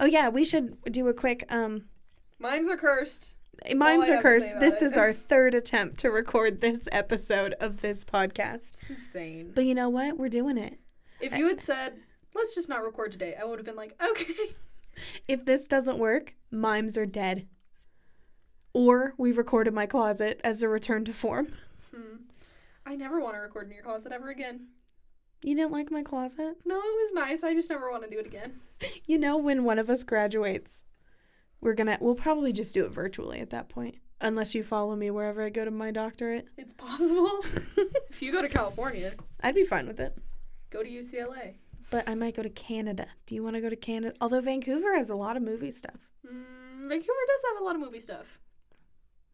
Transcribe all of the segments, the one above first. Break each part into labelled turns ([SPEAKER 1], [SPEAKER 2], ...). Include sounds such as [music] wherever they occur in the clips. [SPEAKER 1] Oh yeah, we should do a quick. Um,
[SPEAKER 2] Mimes are cursed.
[SPEAKER 1] mimes
[SPEAKER 2] all I
[SPEAKER 1] are
[SPEAKER 2] have to say
[SPEAKER 1] cursed.
[SPEAKER 2] about
[SPEAKER 1] This is
[SPEAKER 2] it.
[SPEAKER 1] our third attempt to record this episode of this podcast.
[SPEAKER 2] It's insane.
[SPEAKER 1] But you know what? We're doing it.
[SPEAKER 2] If you had said, let's just not record today, I would have been like, okay. [laughs]
[SPEAKER 1] If this doesn't work, mimes are dead. Or we record in my closet as a return to form.
[SPEAKER 2] Hmm. I never want to record in your closet ever again.
[SPEAKER 1] You didn't like my closet?
[SPEAKER 2] No, it was nice. I just never want to do it again.
[SPEAKER 1] You know when one of us graduates, we're gonna we'll probably just do it virtually at that point. Unless you follow me wherever I go to my doctorate. [laughs]
[SPEAKER 2] It's possible. if you go to California,
[SPEAKER 1] I'd be fine with it.
[SPEAKER 2] go to UCLA.
[SPEAKER 1] But I might go to Canada. Do you want to go to Canada? Although Vancouver has a lot of movie stuff.
[SPEAKER 2] Mm, Vancouver does have a lot of movie stuff.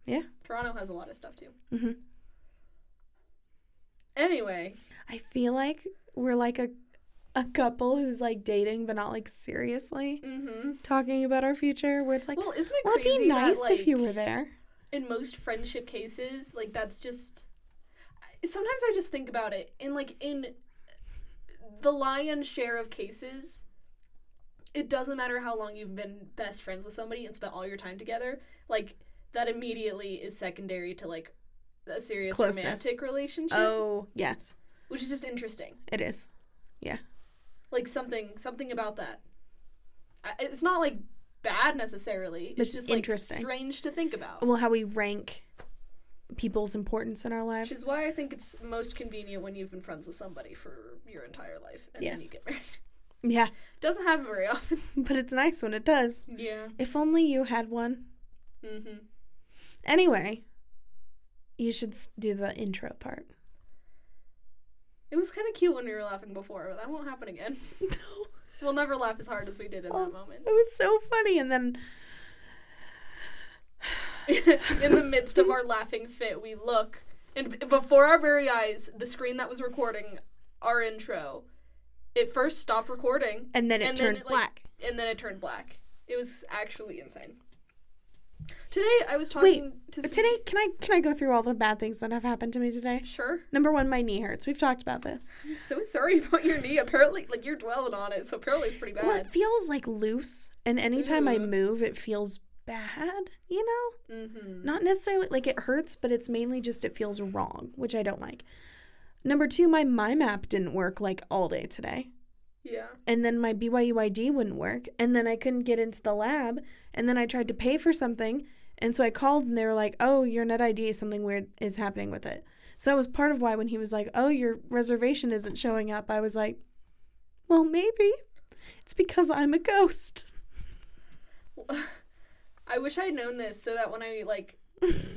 [SPEAKER 1] Yeah.
[SPEAKER 2] Toronto has a lot of stuff too.
[SPEAKER 1] hmm
[SPEAKER 2] Anyway,
[SPEAKER 1] I feel like we're like a a couple who's like dating but not like seriously
[SPEAKER 2] hmm
[SPEAKER 1] talking about our future. Where it's like,
[SPEAKER 2] well, isn't it
[SPEAKER 1] Mm-hmm. well, it'd
[SPEAKER 2] crazy
[SPEAKER 1] be nice
[SPEAKER 2] that, like,
[SPEAKER 1] if you were there.
[SPEAKER 2] in most friendship cases, like that's just. I- Sometimes I just think about it, and like in the lion's share of cases, it doesn't matter how long you've been best friends with somebody and spent all your time together. Like that immediately is secondary to like a serious
[SPEAKER 1] Closeness.
[SPEAKER 2] romantic relationship,
[SPEAKER 1] Oh yes,
[SPEAKER 2] which is just interesting.
[SPEAKER 1] it is.
[SPEAKER 2] Like something, something about that. I- It's not like bad necessarily. It's,
[SPEAKER 1] It's
[SPEAKER 2] just like
[SPEAKER 1] interesting.
[SPEAKER 2] strange to think about.
[SPEAKER 1] Well, how we rank people's importance in our
[SPEAKER 2] Which
[SPEAKER 1] lives.
[SPEAKER 2] is why I think it's most convenient when you've been friends with somebody for your entire life and then
[SPEAKER 1] Yes.
[SPEAKER 2] you get married. [laughs]
[SPEAKER 1] Yeah,
[SPEAKER 2] Doesn't happen
[SPEAKER 1] [laughs]
[SPEAKER 2] very often.
[SPEAKER 1] but it's nice when it does.
[SPEAKER 2] Yeah.
[SPEAKER 1] If only you had one.
[SPEAKER 2] Mm-hmm.
[SPEAKER 1] Anyway, you should s- do the intro part. [laughs]
[SPEAKER 2] It was kind of cute when we were laughing before, but that won't happen again. [laughs]
[SPEAKER 1] no.
[SPEAKER 2] We'll never laugh as hard as we did in
[SPEAKER 1] Oh.
[SPEAKER 2] that moment. [laughs]
[SPEAKER 1] It was so funny. And then,
[SPEAKER 2] in the midst of our laughing fit, we look, and b- before our very eyes, the screen that was recording our intro, it first stopped recording,
[SPEAKER 1] and then it
[SPEAKER 2] And then
[SPEAKER 1] turned
[SPEAKER 2] it, like-
[SPEAKER 1] black.
[SPEAKER 2] and then it turned black. It was actually insane. Today, I was
[SPEAKER 1] Wait,
[SPEAKER 2] talking to
[SPEAKER 1] But
[SPEAKER 2] some-
[SPEAKER 1] today, can I can I go through all the bad things that have happened to me today?
[SPEAKER 2] Sure.
[SPEAKER 1] Number one, my knee hurts. We've talked about this.
[SPEAKER 2] I'm so sorry about your knee. Apparently, like you're dwelling on it, so apparently it's pretty bad.
[SPEAKER 1] Well, it feels like loose, and anytime I
[SPEAKER 2] Ooh.
[SPEAKER 1] move, it feels bad. You know,
[SPEAKER 2] Mm-hmm.
[SPEAKER 1] not necessarily like it hurts, but it's mainly just it feels wrong, which I don't like. Number two, my mime app didn't work like all day today.
[SPEAKER 2] Yeah.
[SPEAKER 1] and then my BYU ID wouldn't work, and then I couldn't get into the lab, and then I tried to pay for something, and so I called, and they were like, "Oh, your net ID, something weird is happening with it." So that was part of why when he was like, "Oh, your reservation isn't showing up," I was like, "Well, maybe it's because I'm a ghost."
[SPEAKER 2] I wish I had known this so that when I like,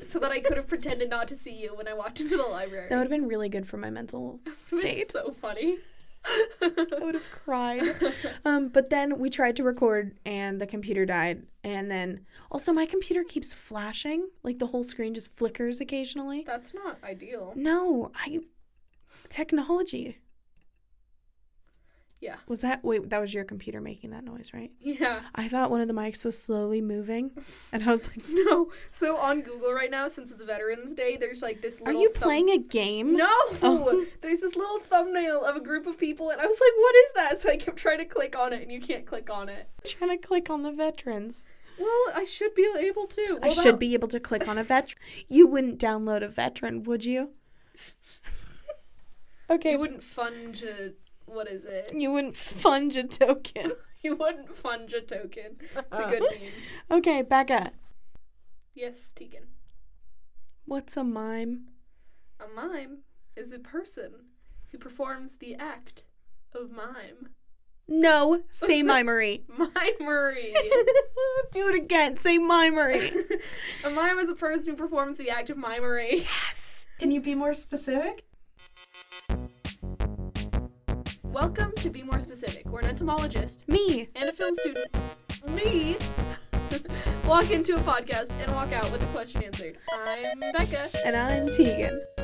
[SPEAKER 2] so that I could have pretended not to see you when I walked into the library.
[SPEAKER 1] That would have been really good for my [laughs] mental
[SPEAKER 2] It's
[SPEAKER 1] state.
[SPEAKER 2] so funny.
[SPEAKER 1] I would have cried. [laughs] Um, but then we tried to record, and the computer died, and then also my computer keeps flashing, like the whole screen just flickers occasionally.
[SPEAKER 2] [laughs] That's not ideal.
[SPEAKER 1] No, I technology.
[SPEAKER 2] Yeah.
[SPEAKER 1] Was that wait, that was your computer making that noise, right?
[SPEAKER 2] Yeah.
[SPEAKER 1] I thought one of the mics was slowly moving and I was like,
[SPEAKER 2] No. So on Google right now, since it's Veterans Day, there's like this.
[SPEAKER 1] Are
[SPEAKER 2] Little
[SPEAKER 1] you
[SPEAKER 2] thumb-
[SPEAKER 1] playing a game?
[SPEAKER 2] No.
[SPEAKER 1] Oh.
[SPEAKER 2] There's this little thumbnail of a group of people, and I was like, "What is that?" So I kept trying to click on it, and you can't click on it.
[SPEAKER 1] I'm trying to click on the veterans.
[SPEAKER 2] Well, I should be able to.
[SPEAKER 1] I
[SPEAKER 2] Well,
[SPEAKER 1] should
[SPEAKER 2] that-
[SPEAKER 1] be able to click on a veteran. You wouldn't download a veteran, would you? [laughs] okay.
[SPEAKER 2] You wouldn't funge a what is it? [laughs]
[SPEAKER 1] you wouldn't funge a token.
[SPEAKER 2] You wouldn't funge a token. It's a good meme.
[SPEAKER 1] [laughs] Okay, Becca.
[SPEAKER 2] Yes, Tegan.
[SPEAKER 1] What's a mime?
[SPEAKER 2] A mime is a person who performs the act of mime. [laughs]
[SPEAKER 1] No, [laughs] say mimery.
[SPEAKER 2] Mimery. [laughs]
[SPEAKER 1] Do it again. Say mimery.
[SPEAKER 2] a mime is a person who performs the act of mimery.
[SPEAKER 1] Yes. Can you be more specific?
[SPEAKER 2] Welcome to Be More Specific. We're an entomologist
[SPEAKER 1] Me.
[SPEAKER 2] and a film student. Me [laughs] walk into a podcast and walk out with a question answered. I'm Becca.
[SPEAKER 1] And I'm Tegan. [laughs]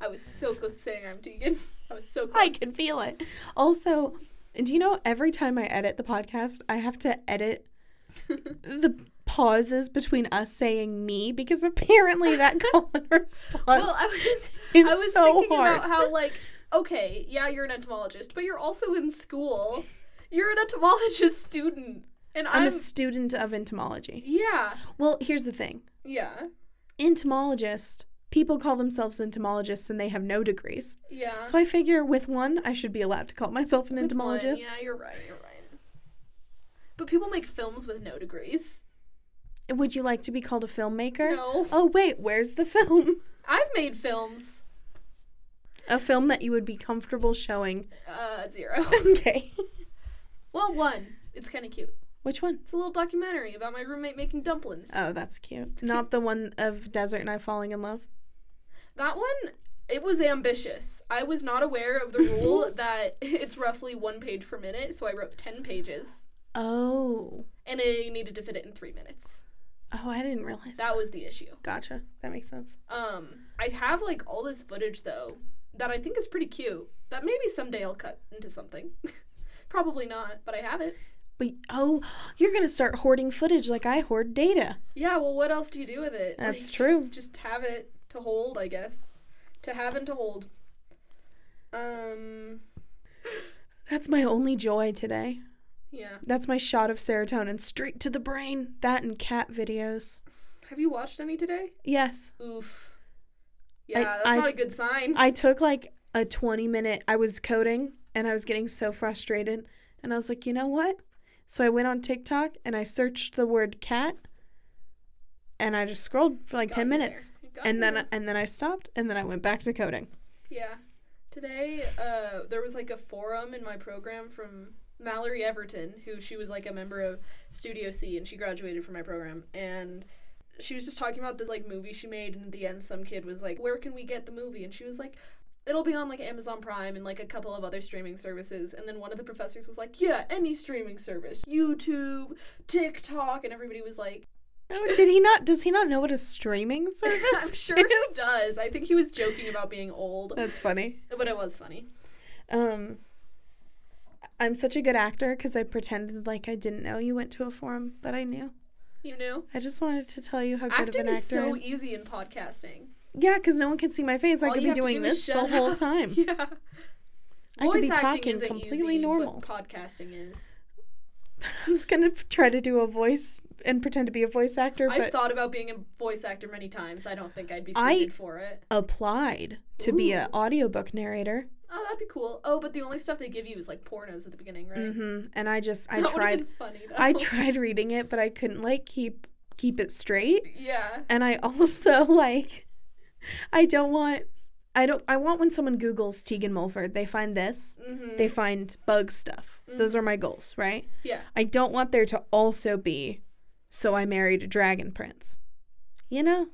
[SPEAKER 2] I was so close to saying I'm Tegan. [laughs] I was so close.
[SPEAKER 1] I can feel it. Also, do you know every time I edit the podcast, I have to edit
[SPEAKER 2] [laughs]
[SPEAKER 1] the pauses between us saying me because apparently
[SPEAKER 2] [laughs]
[SPEAKER 1] that call and response
[SPEAKER 2] Well,
[SPEAKER 1] [laughs]
[SPEAKER 2] I was
[SPEAKER 1] is
[SPEAKER 2] I was
[SPEAKER 1] so
[SPEAKER 2] thinking
[SPEAKER 1] hard. [laughs]
[SPEAKER 2] about how like okay, yeah, you're an entomologist, but you're also in school. You're an entomologist student, and
[SPEAKER 1] I'm
[SPEAKER 2] I'm,
[SPEAKER 1] a student of entomology.
[SPEAKER 2] yeah,
[SPEAKER 1] Well, here's the thing.
[SPEAKER 2] yeah,
[SPEAKER 1] Entomologist, people call themselves entomologists and they have no degrees.
[SPEAKER 2] yeah.
[SPEAKER 1] So I figure with one, I should be allowed to call myself an
[SPEAKER 2] Uh-huh. With one,
[SPEAKER 1] entomologist.
[SPEAKER 2] Yeah, you're right. You're right. But people make films with no degrees.
[SPEAKER 1] Would you like to be called a filmmaker?
[SPEAKER 2] No,
[SPEAKER 1] Oh, wait, where's the film? [laughs]
[SPEAKER 2] I've made films.
[SPEAKER 1] A film that you would be comfortable showing. [laughs]
[SPEAKER 2] Uh, zero.
[SPEAKER 1] Okay.
[SPEAKER 2] well, one. It's kind of cute.
[SPEAKER 1] Which one?
[SPEAKER 2] It's a little documentary about my roommate making dumplings.
[SPEAKER 1] Oh, that's cute. Not the one of Desert and I falling in love.
[SPEAKER 2] That one, it was ambitious. I was not aware of the
[SPEAKER 1] [laughs]
[SPEAKER 2] rule that [laughs] it's roughly one page per minute, so I wrote 10 pages
[SPEAKER 1] Oh.
[SPEAKER 2] and I needed to fit it in three minutes.
[SPEAKER 1] Oh, I didn't realize.
[SPEAKER 2] That was the issue.
[SPEAKER 1] gotcha. That makes sense.
[SPEAKER 2] Um, I have like all this footage though that I think is pretty cute that maybe someday I'll cut into something. [laughs] Probably not, but I have it.
[SPEAKER 1] But oh, you're gonna start hoarding footage like I hoard data.
[SPEAKER 2] Yeah, well, what else do you do with it?
[SPEAKER 1] That's
[SPEAKER 2] Like,
[SPEAKER 1] true.
[SPEAKER 2] Just have it to hold, I guess. To have and to hold. Um,
[SPEAKER 1] That's my only joy today.
[SPEAKER 2] yeah.
[SPEAKER 1] That's my shot of serotonin straight to the brain. That and cat videos.
[SPEAKER 2] Have you watched any today?
[SPEAKER 1] Yes.
[SPEAKER 2] Oof. Yeah, that's
[SPEAKER 1] I-
[SPEAKER 2] not a good sign.
[SPEAKER 1] I took like a 20 minute, I was coding and I was getting so frustrated. And I was like, you know what? So I went on TikTok and I searched the word cat and I just scrolled for like
[SPEAKER 2] Got
[SPEAKER 1] 10
[SPEAKER 2] you
[SPEAKER 1] minutes.
[SPEAKER 2] there. Got you
[SPEAKER 1] And then
[SPEAKER 2] there.
[SPEAKER 1] and then I stopped and then I went back to coding.
[SPEAKER 2] yeah, today uh, there was like a forum in my program from Mallory Everton, who she was like a member of Studio C, and she graduated from my program, and she was just talking about this like movie she made, and at the end some kid was like, "Where can we get the movie?" and she was like. It'll be on like Amazon Prime and like a couple of other streaming services. And then one of the professors was like, Yeah, any streaming service. YouTube, TikTok. And everybody was like,
[SPEAKER 1] Oh, did he not does he not know what a
[SPEAKER 2] [laughs]
[SPEAKER 1] streaming service
[SPEAKER 2] I'm sure he does. I think he was joking about being old,
[SPEAKER 1] [laughs] That's funny.
[SPEAKER 2] but it was funny.
[SPEAKER 1] Um I'm such a good actor because I pretended like I didn't know you went to a forum, but I knew.
[SPEAKER 2] You know,
[SPEAKER 1] I just wanted to tell you how good of
[SPEAKER 2] acting
[SPEAKER 1] an actor
[SPEAKER 2] is
[SPEAKER 1] I
[SPEAKER 2] so easy in podcasting.
[SPEAKER 1] Yeah, because no one can see my face. I
[SPEAKER 2] All
[SPEAKER 1] could
[SPEAKER 2] you
[SPEAKER 1] be
[SPEAKER 2] have to
[SPEAKER 1] doing
[SPEAKER 2] do
[SPEAKER 1] this
[SPEAKER 2] is
[SPEAKER 1] the
[SPEAKER 2] shut
[SPEAKER 1] whole
[SPEAKER 2] up.
[SPEAKER 1] time.
[SPEAKER 2] [laughs] Yeah,
[SPEAKER 1] I could be
[SPEAKER 2] voice acting
[SPEAKER 1] talking
[SPEAKER 2] isn't
[SPEAKER 1] completely
[SPEAKER 2] easy,
[SPEAKER 1] normal. [laughs]
[SPEAKER 2] but podcasting is.
[SPEAKER 1] I was gonna p- try to do a voice and pretend to be a voice actor,
[SPEAKER 2] I've
[SPEAKER 1] but
[SPEAKER 2] thought about being a voice actor many times. I don't think I'd be
[SPEAKER 1] I-
[SPEAKER 2] suited for it.
[SPEAKER 1] applied to be an
[SPEAKER 2] Ooh.
[SPEAKER 1] audiobook narrator.
[SPEAKER 2] Oh, that'd be cool. Oh, but the only stuff they give you is like pornos at the beginning, right?
[SPEAKER 1] hmm And I just I
[SPEAKER 2] that would've
[SPEAKER 1] tried
[SPEAKER 2] Been funny though.
[SPEAKER 1] [laughs] I tried reading it, but I couldn't like keep keep it straight.
[SPEAKER 2] Yeah.
[SPEAKER 1] And I [laughs] also like I don't want I don't I want when someone Google's Tegan Mulford, they find this.
[SPEAKER 2] Mm-hmm.
[SPEAKER 1] They find bug stuff. Those are my goals, right?
[SPEAKER 2] yeah.
[SPEAKER 1] I don't want there to also be, so I married a dragon prince. You know?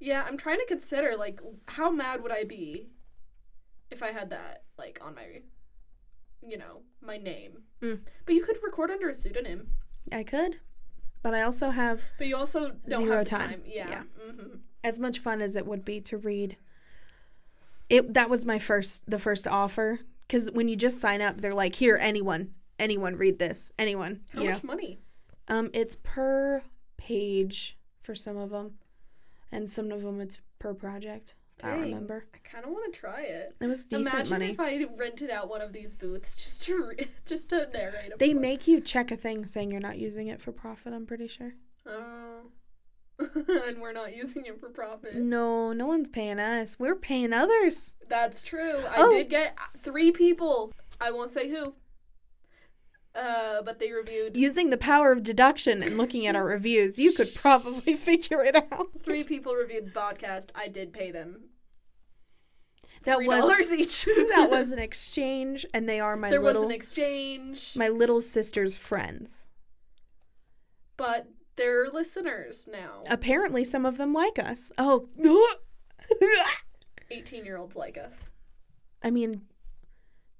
[SPEAKER 2] Yeah. I'm trying to consider like how mad would I be if I had that like on my, you know, my name.
[SPEAKER 1] Mm.
[SPEAKER 2] But you could record under a pseudonym.
[SPEAKER 1] I could, but I also have
[SPEAKER 2] But you also don't
[SPEAKER 1] Zero
[SPEAKER 2] have the
[SPEAKER 1] time.
[SPEAKER 2] time. Yeah.
[SPEAKER 1] Yeah.
[SPEAKER 2] hmm
[SPEAKER 1] as much fun as it would be to read. It that was my first the first offer because when you just sign up, they're like, here, anyone, anyone, read this, anyone.
[SPEAKER 2] How
[SPEAKER 1] you know,
[SPEAKER 2] much money?
[SPEAKER 1] um, it's per page for some of them, and some of them it's per project. I don't
[SPEAKER 2] Dang.
[SPEAKER 1] remember.
[SPEAKER 2] I kind of want to try it.
[SPEAKER 1] It was decent
[SPEAKER 2] Imagine
[SPEAKER 1] money.
[SPEAKER 2] if I rented out one of these booths just to re- [laughs] just to narrate. A
[SPEAKER 1] they
[SPEAKER 2] book.
[SPEAKER 1] make you check a thing saying you're not using it for profit. I'm pretty sure.
[SPEAKER 2] Oh. [laughs] and we're not using it for profit.
[SPEAKER 1] No, no one's paying us. We're paying others.
[SPEAKER 2] That's true. I
[SPEAKER 1] Oh.
[SPEAKER 2] did get three people. I won't say who. Uh, but they reviewed.
[SPEAKER 1] Using the power of deduction and looking
[SPEAKER 2] [laughs]
[SPEAKER 1] at our reviews, you could probably [laughs] figure it out.
[SPEAKER 2] Three people reviewed the podcast. I did pay them
[SPEAKER 1] That
[SPEAKER 2] three
[SPEAKER 1] was
[SPEAKER 2] dollars
[SPEAKER 1] [laughs]
[SPEAKER 2] each.
[SPEAKER 1] that was an exchange, and they are my
[SPEAKER 2] [laughs] there was
[SPEAKER 1] little
[SPEAKER 2] an exchange,
[SPEAKER 1] my little sister's friends.
[SPEAKER 2] but they're listeners now.
[SPEAKER 1] Apparently, some of them like us.
[SPEAKER 2] [laughs]
[SPEAKER 1] Oh,
[SPEAKER 2] Eighteen-year-olds like us.
[SPEAKER 1] I mean,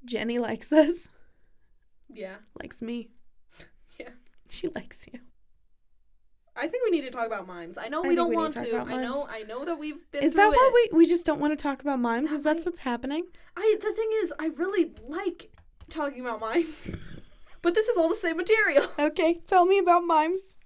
[SPEAKER 1] Jenny likes us. [laughs]
[SPEAKER 2] Yeah.
[SPEAKER 1] Likes me.
[SPEAKER 2] Yeah.
[SPEAKER 1] she likes you.
[SPEAKER 2] I think we need to talk about mimes. I know
[SPEAKER 1] I
[SPEAKER 2] we
[SPEAKER 1] think
[SPEAKER 2] don't
[SPEAKER 1] we need to
[SPEAKER 2] want
[SPEAKER 1] talk
[SPEAKER 2] to.
[SPEAKER 1] about
[SPEAKER 2] I know.
[SPEAKER 1] mimes.
[SPEAKER 2] I know that we've been.
[SPEAKER 1] Is
[SPEAKER 2] through
[SPEAKER 1] that why
[SPEAKER 2] it.
[SPEAKER 1] we we just don't want to talk about mimes? Is
[SPEAKER 2] That
[SPEAKER 1] that's
[SPEAKER 2] might-
[SPEAKER 1] what's happening?
[SPEAKER 2] I the thing is, I really like talking about [laughs] mimes, but this is all the same material.
[SPEAKER 1] Okay, tell me about mimes.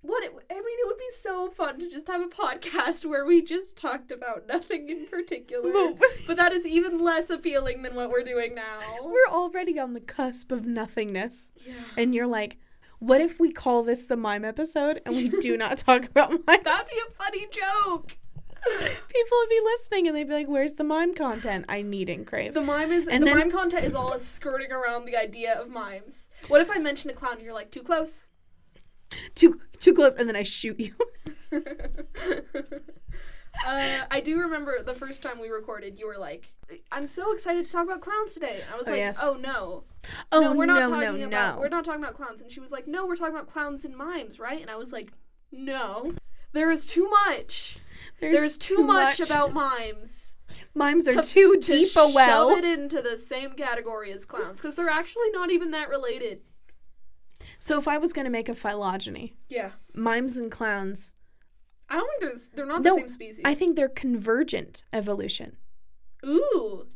[SPEAKER 2] What it, I mean, it would be so fun to just have a podcast where we just talked about nothing in particular.
[SPEAKER 1] But
[SPEAKER 2] but that is even less appealing than what we're doing now.
[SPEAKER 1] we're already on the cusp of nothingness.
[SPEAKER 2] Yeah.
[SPEAKER 1] And you're like, what if we call this the mime episode and we do not talk about
[SPEAKER 2] [laughs]
[SPEAKER 1] mimes?
[SPEAKER 2] That'd be a funny joke.
[SPEAKER 1] [laughs] People would be listening and they'd be like, where's the mime content I need and crave?
[SPEAKER 2] The mime is
[SPEAKER 1] And
[SPEAKER 2] the
[SPEAKER 1] then-
[SPEAKER 2] mime content is all skirting around the idea of mimes. What if I mention a clown and you're like too close? [laughs]
[SPEAKER 1] too too close and then I shoot you.
[SPEAKER 2] uh, I do remember the first time we recorded, you were like, "I'm so excited to talk about clowns today." And I was
[SPEAKER 1] Oh,
[SPEAKER 2] like,
[SPEAKER 1] yes.
[SPEAKER 2] "Oh no,
[SPEAKER 1] oh
[SPEAKER 2] no, we're not
[SPEAKER 1] no,
[SPEAKER 2] talking
[SPEAKER 1] no,
[SPEAKER 2] about
[SPEAKER 1] no.
[SPEAKER 2] we're not talking about clowns." And she was like, "No, we're talking about clowns and mimes, right?" And I was like, "No, there is too much.
[SPEAKER 1] There's,
[SPEAKER 2] There is too much, about mimes."
[SPEAKER 1] mimes are too
[SPEAKER 2] to
[SPEAKER 1] deep a well.
[SPEAKER 2] Shove it into the same category as clowns because they're actually not even that related.
[SPEAKER 1] So if I was gonna make a phylogeny,
[SPEAKER 2] Yeah,
[SPEAKER 1] mimes and clowns,
[SPEAKER 2] I don't think there's they're not
[SPEAKER 1] No,
[SPEAKER 2] the same species.
[SPEAKER 1] I think they're convergent evolution.
[SPEAKER 2] Ooh,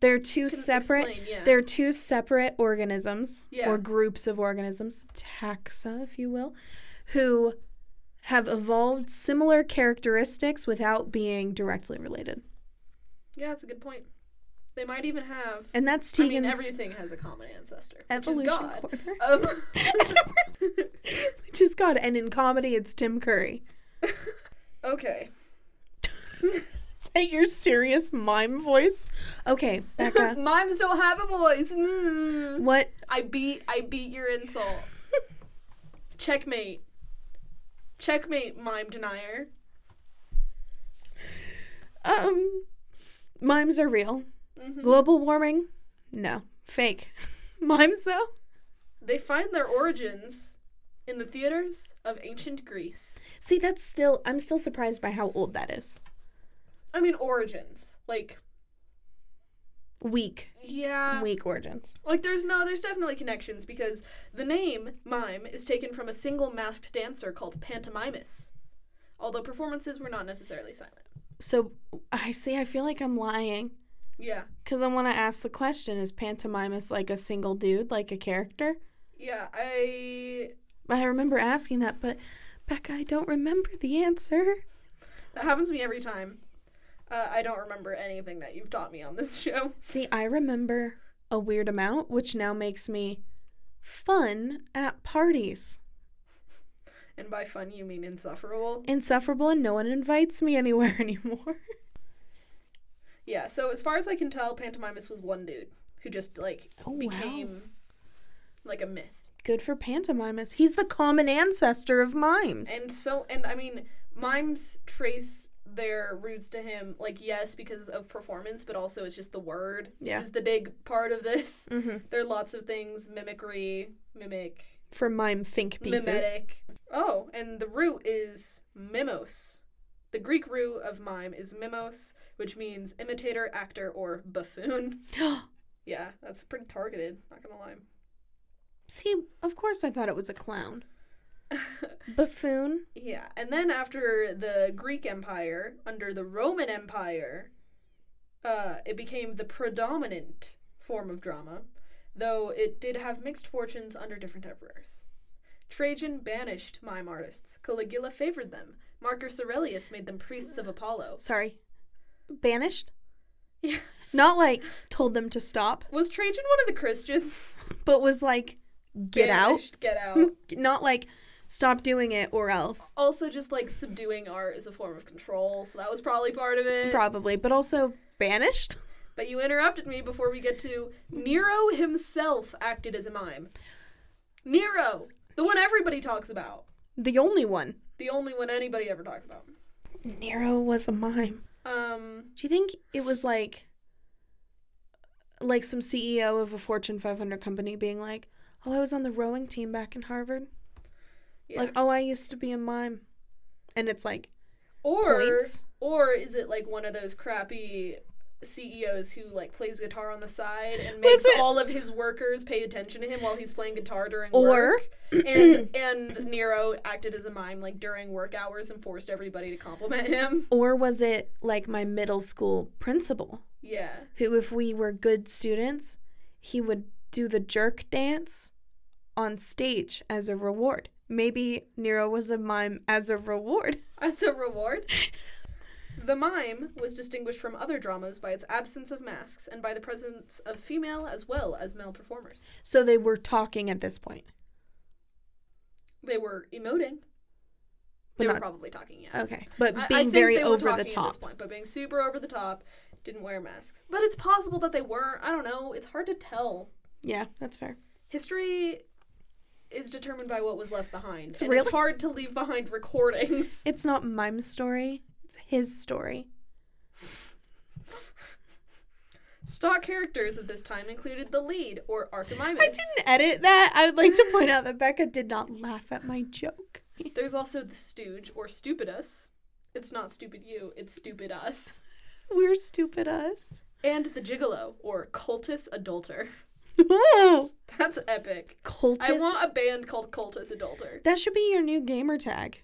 [SPEAKER 1] They're two
[SPEAKER 2] Can
[SPEAKER 1] separate.
[SPEAKER 2] explain, yeah.
[SPEAKER 1] They're two separate organisms
[SPEAKER 2] Yeah.
[SPEAKER 1] or groups of organisms, taxa, if you will, who have evolved similar characteristics without being directly related.
[SPEAKER 2] yeah, that's a good point. They might even have.
[SPEAKER 1] And that's
[SPEAKER 2] I
[SPEAKER 1] Tegan's
[SPEAKER 2] mean, everything has a common ancestor,
[SPEAKER 1] evolution
[SPEAKER 2] which is God.
[SPEAKER 1] corner, [laughs]
[SPEAKER 2] [laughs] Um,
[SPEAKER 1] which is God. And in comedy, it's Tim Curry.
[SPEAKER 2] okay,
[SPEAKER 1] Is that your serious mime voice? Okay,
[SPEAKER 2] [laughs]
[SPEAKER 1] Becca.
[SPEAKER 2] mimes don't have a voice. Mm.
[SPEAKER 1] what?
[SPEAKER 2] I beat I beat your insult. Checkmate. Checkmate, mime denier.
[SPEAKER 1] Um, mimes are real.
[SPEAKER 2] Mhm.
[SPEAKER 1] Global warming? No, fake. [laughs] Mimes though.
[SPEAKER 2] They find their origins in the theaters of ancient Greece.
[SPEAKER 1] See, that's still. I'm still surprised by how old that is.
[SPEAKER 2] I mean, origins. Like,
[SPEAKER 1] Weak,
[SPEAKER 2] yeah.
[SPEAKER 1] weak origins.
[SPEAKER 2] Like, there's no, there's definitely connections because the name, mime, is taken from a single masked dancer called Pantomimus. Although performances were not necessarily silent.
[SPEAKER 1] So I see. I feel like I'm lying
[SPEAKER 2] Yeah.
[SPEAKER 1] because I want to ask the question: Is pantomimus like a single dude, like a character?
[SPEAKER 2] Yeah. I.
[SPEAKER 1] I remember asking that, but Becca, I don't remember the answer.
[SPEAKER 2] That happens to me every time. Uh, I don't remember anything that you've taught me on this [laughs] show.
[SPEAKER 1] See, I remember a weird amount, which now makes me fun at parties.
[SPEAKER 2] And by fun, you mean insufferable.
[SPEAKER 1] Insufferable, and no one invites me [laughs] anywhere anymore.
[SPEAKER 2] Yeah. So, as far as I can tell, Pantomimus was one dude who just, like,
[SPEAKER 1] Oh, wow.
[SPEAKER 2] became like a myth.
[SPEAKER 1] Good for pantomimus. He's the common ancestor of mimes.
[SPEAKER 2] And so, and I mean, mimes trace their roots to him, like, yes, because of performance, but also it's just the word
[SPEAKER 1] Yeah.
[SPEAKER 2] is the big part of this.
[SPEAKER 1] Mhm.
[SPEAKER 2] There are lots of things mimicry, mimic,
[SPEAKER 1] for mime think pieces.
[SPEAKER 2] mimetic. Oh, and the root is mimos. The Greek root of mime is mimos, which means imitator, actor, or buffoon. Yeah, that's pretty targeted, not gonna lie. [laughs]
[SPEAKER 1] [gasps] See, of course I thought it was a clown. Buffoon.
[SPEAKER 2] Yeah, and then after the Greek Empire, under the Roman Empire, uh, it became the predominant form of drama, though it did have mixed fortunes under different emperors. Trajan banished mime artists, Caligula favored them, Marcus Aurelius made them priests of Apollo.
[SPEAKER 1] Sorry. Banished?
[SPEAKER 2] Yeah.
[SPEAKER 1] [laughs] Not like told them to stop,
[SPEAKER 2] Was Trajan one of the Christians?
[SPEAKER 1] but was like, get
[SPEAKER 2] Banished,
[SPEAKER 1] [laughs]
[SPEAKER 2] Get out.
[SPEAKER 1] out. Not like, stop doing it or else.
[SPEAKER 2] also, just like subduing art is a form of control, so that was probably part of it.
[SPEAKER 1] Probably, but also banished? [laughs]
[SPEAKER 2] But you interrupted me before we get to Nero himself acted as a mime. Nero, the one everybody talks about,
[SPEAKER 1] The only one.
[SPEAKER 2] the only one anybody ever talks about.
[SPEAKER 1] Nero was a mime.
[SPEAKER 2] Um,
[SPEAKER 1] Do you think it was like like some CEO of a Fortune 500 company being like, "Oh, I was on the rowing team back in Harvard."
[SPEAKER 2] yeah.
[SPEAKER 1] Like, "Oh, I used to be a mime." And it's like,
[SPEAKER 2] or
[SPEAKER 1] points.
[SPEAKER 2] or is it like one of those crappy CEOs who like plays guitar on the side
[SPEAKER 1] [laughs]
[SPEAKER 2] and
[SPEAKER 1] Was
[SPEAKER 2] makes
[SPEAKER 1] it-
[SPEAKER 2] all of his workers pay attention to him while he's playing guitar during
[SPEAKER 1] Or- [clears throat]
[SPEAKER 2] work? And and Nero acted as a mime like during work hours and forced everybody to compliment him.
[SPEAKER 1] or was it like my middle school principal
[SPEAKER 2] Yeah.
[SPEAKER 1] who if we were good students, he would do the jerk dance on stage as a reward maybe Nero was a mime as a reward.
[SPEAKER 2] As a reward? The mime was distinguished from other dramas by its absence of masks and by the presence of female as well as male performers.
[SPEAKER 1] So they were talking at this point.
[SPEAKER 2] They were emoting.
[SPEAKER 1] But
[SPEAKER 2] They were
[SPEAKER 1] not-
[SPEAKER 2] probably talking, yeah.
[SPEAKER 1] Okay. But
[SPEAKER 2] I- I
[SPEAKER 1] being
[SPEAKER 2] think
[SPEAKER 1] very
[SPEAKER 2] they were
[SPEAKER 1] over the
[SPEAKER 2] talking at
[SPEAKER 1] top.
[SPEAKER 2] this point, but being super over the top, didn't wear masks. But it's possible that they were. I don't know. It's hard to tell.
[SPEAKER 1] Yeah, that's fair.
[SPEAKER 2] History is determined by what was left behind,
[SPEAKER 1] It's
[SPEAKER 2] and
[SPEAKER 1] really-
[SPEAKER 2] it's hard to leave behind recordings. [laughs]
[SPEAKER 1] It's not mime's story, it's his story.
[SPEAKER 2] Stock characters of this time included the lead or Archimedes.
[SPEAKER 1] I didn't edit that. I would like to point out that Becca did not laugh at my joke.
[SPEAKER 2] There's also the stooge or stupidus. It's not stupid you, it's stupid us.
[SPEAKER 1] We're stupid [laughs] us.
[SPEAKER 2] And the gigolo or cultus adulter. [laughs]
[SPEAKER 1] Whoa!
[SPEAKER 2] That's epic.
[SPEAKER 1] Cultist.
[SPEAKER 2] I want a band called Cultus Adulter.
[SPEAKER 1] that should be your new gamer tag.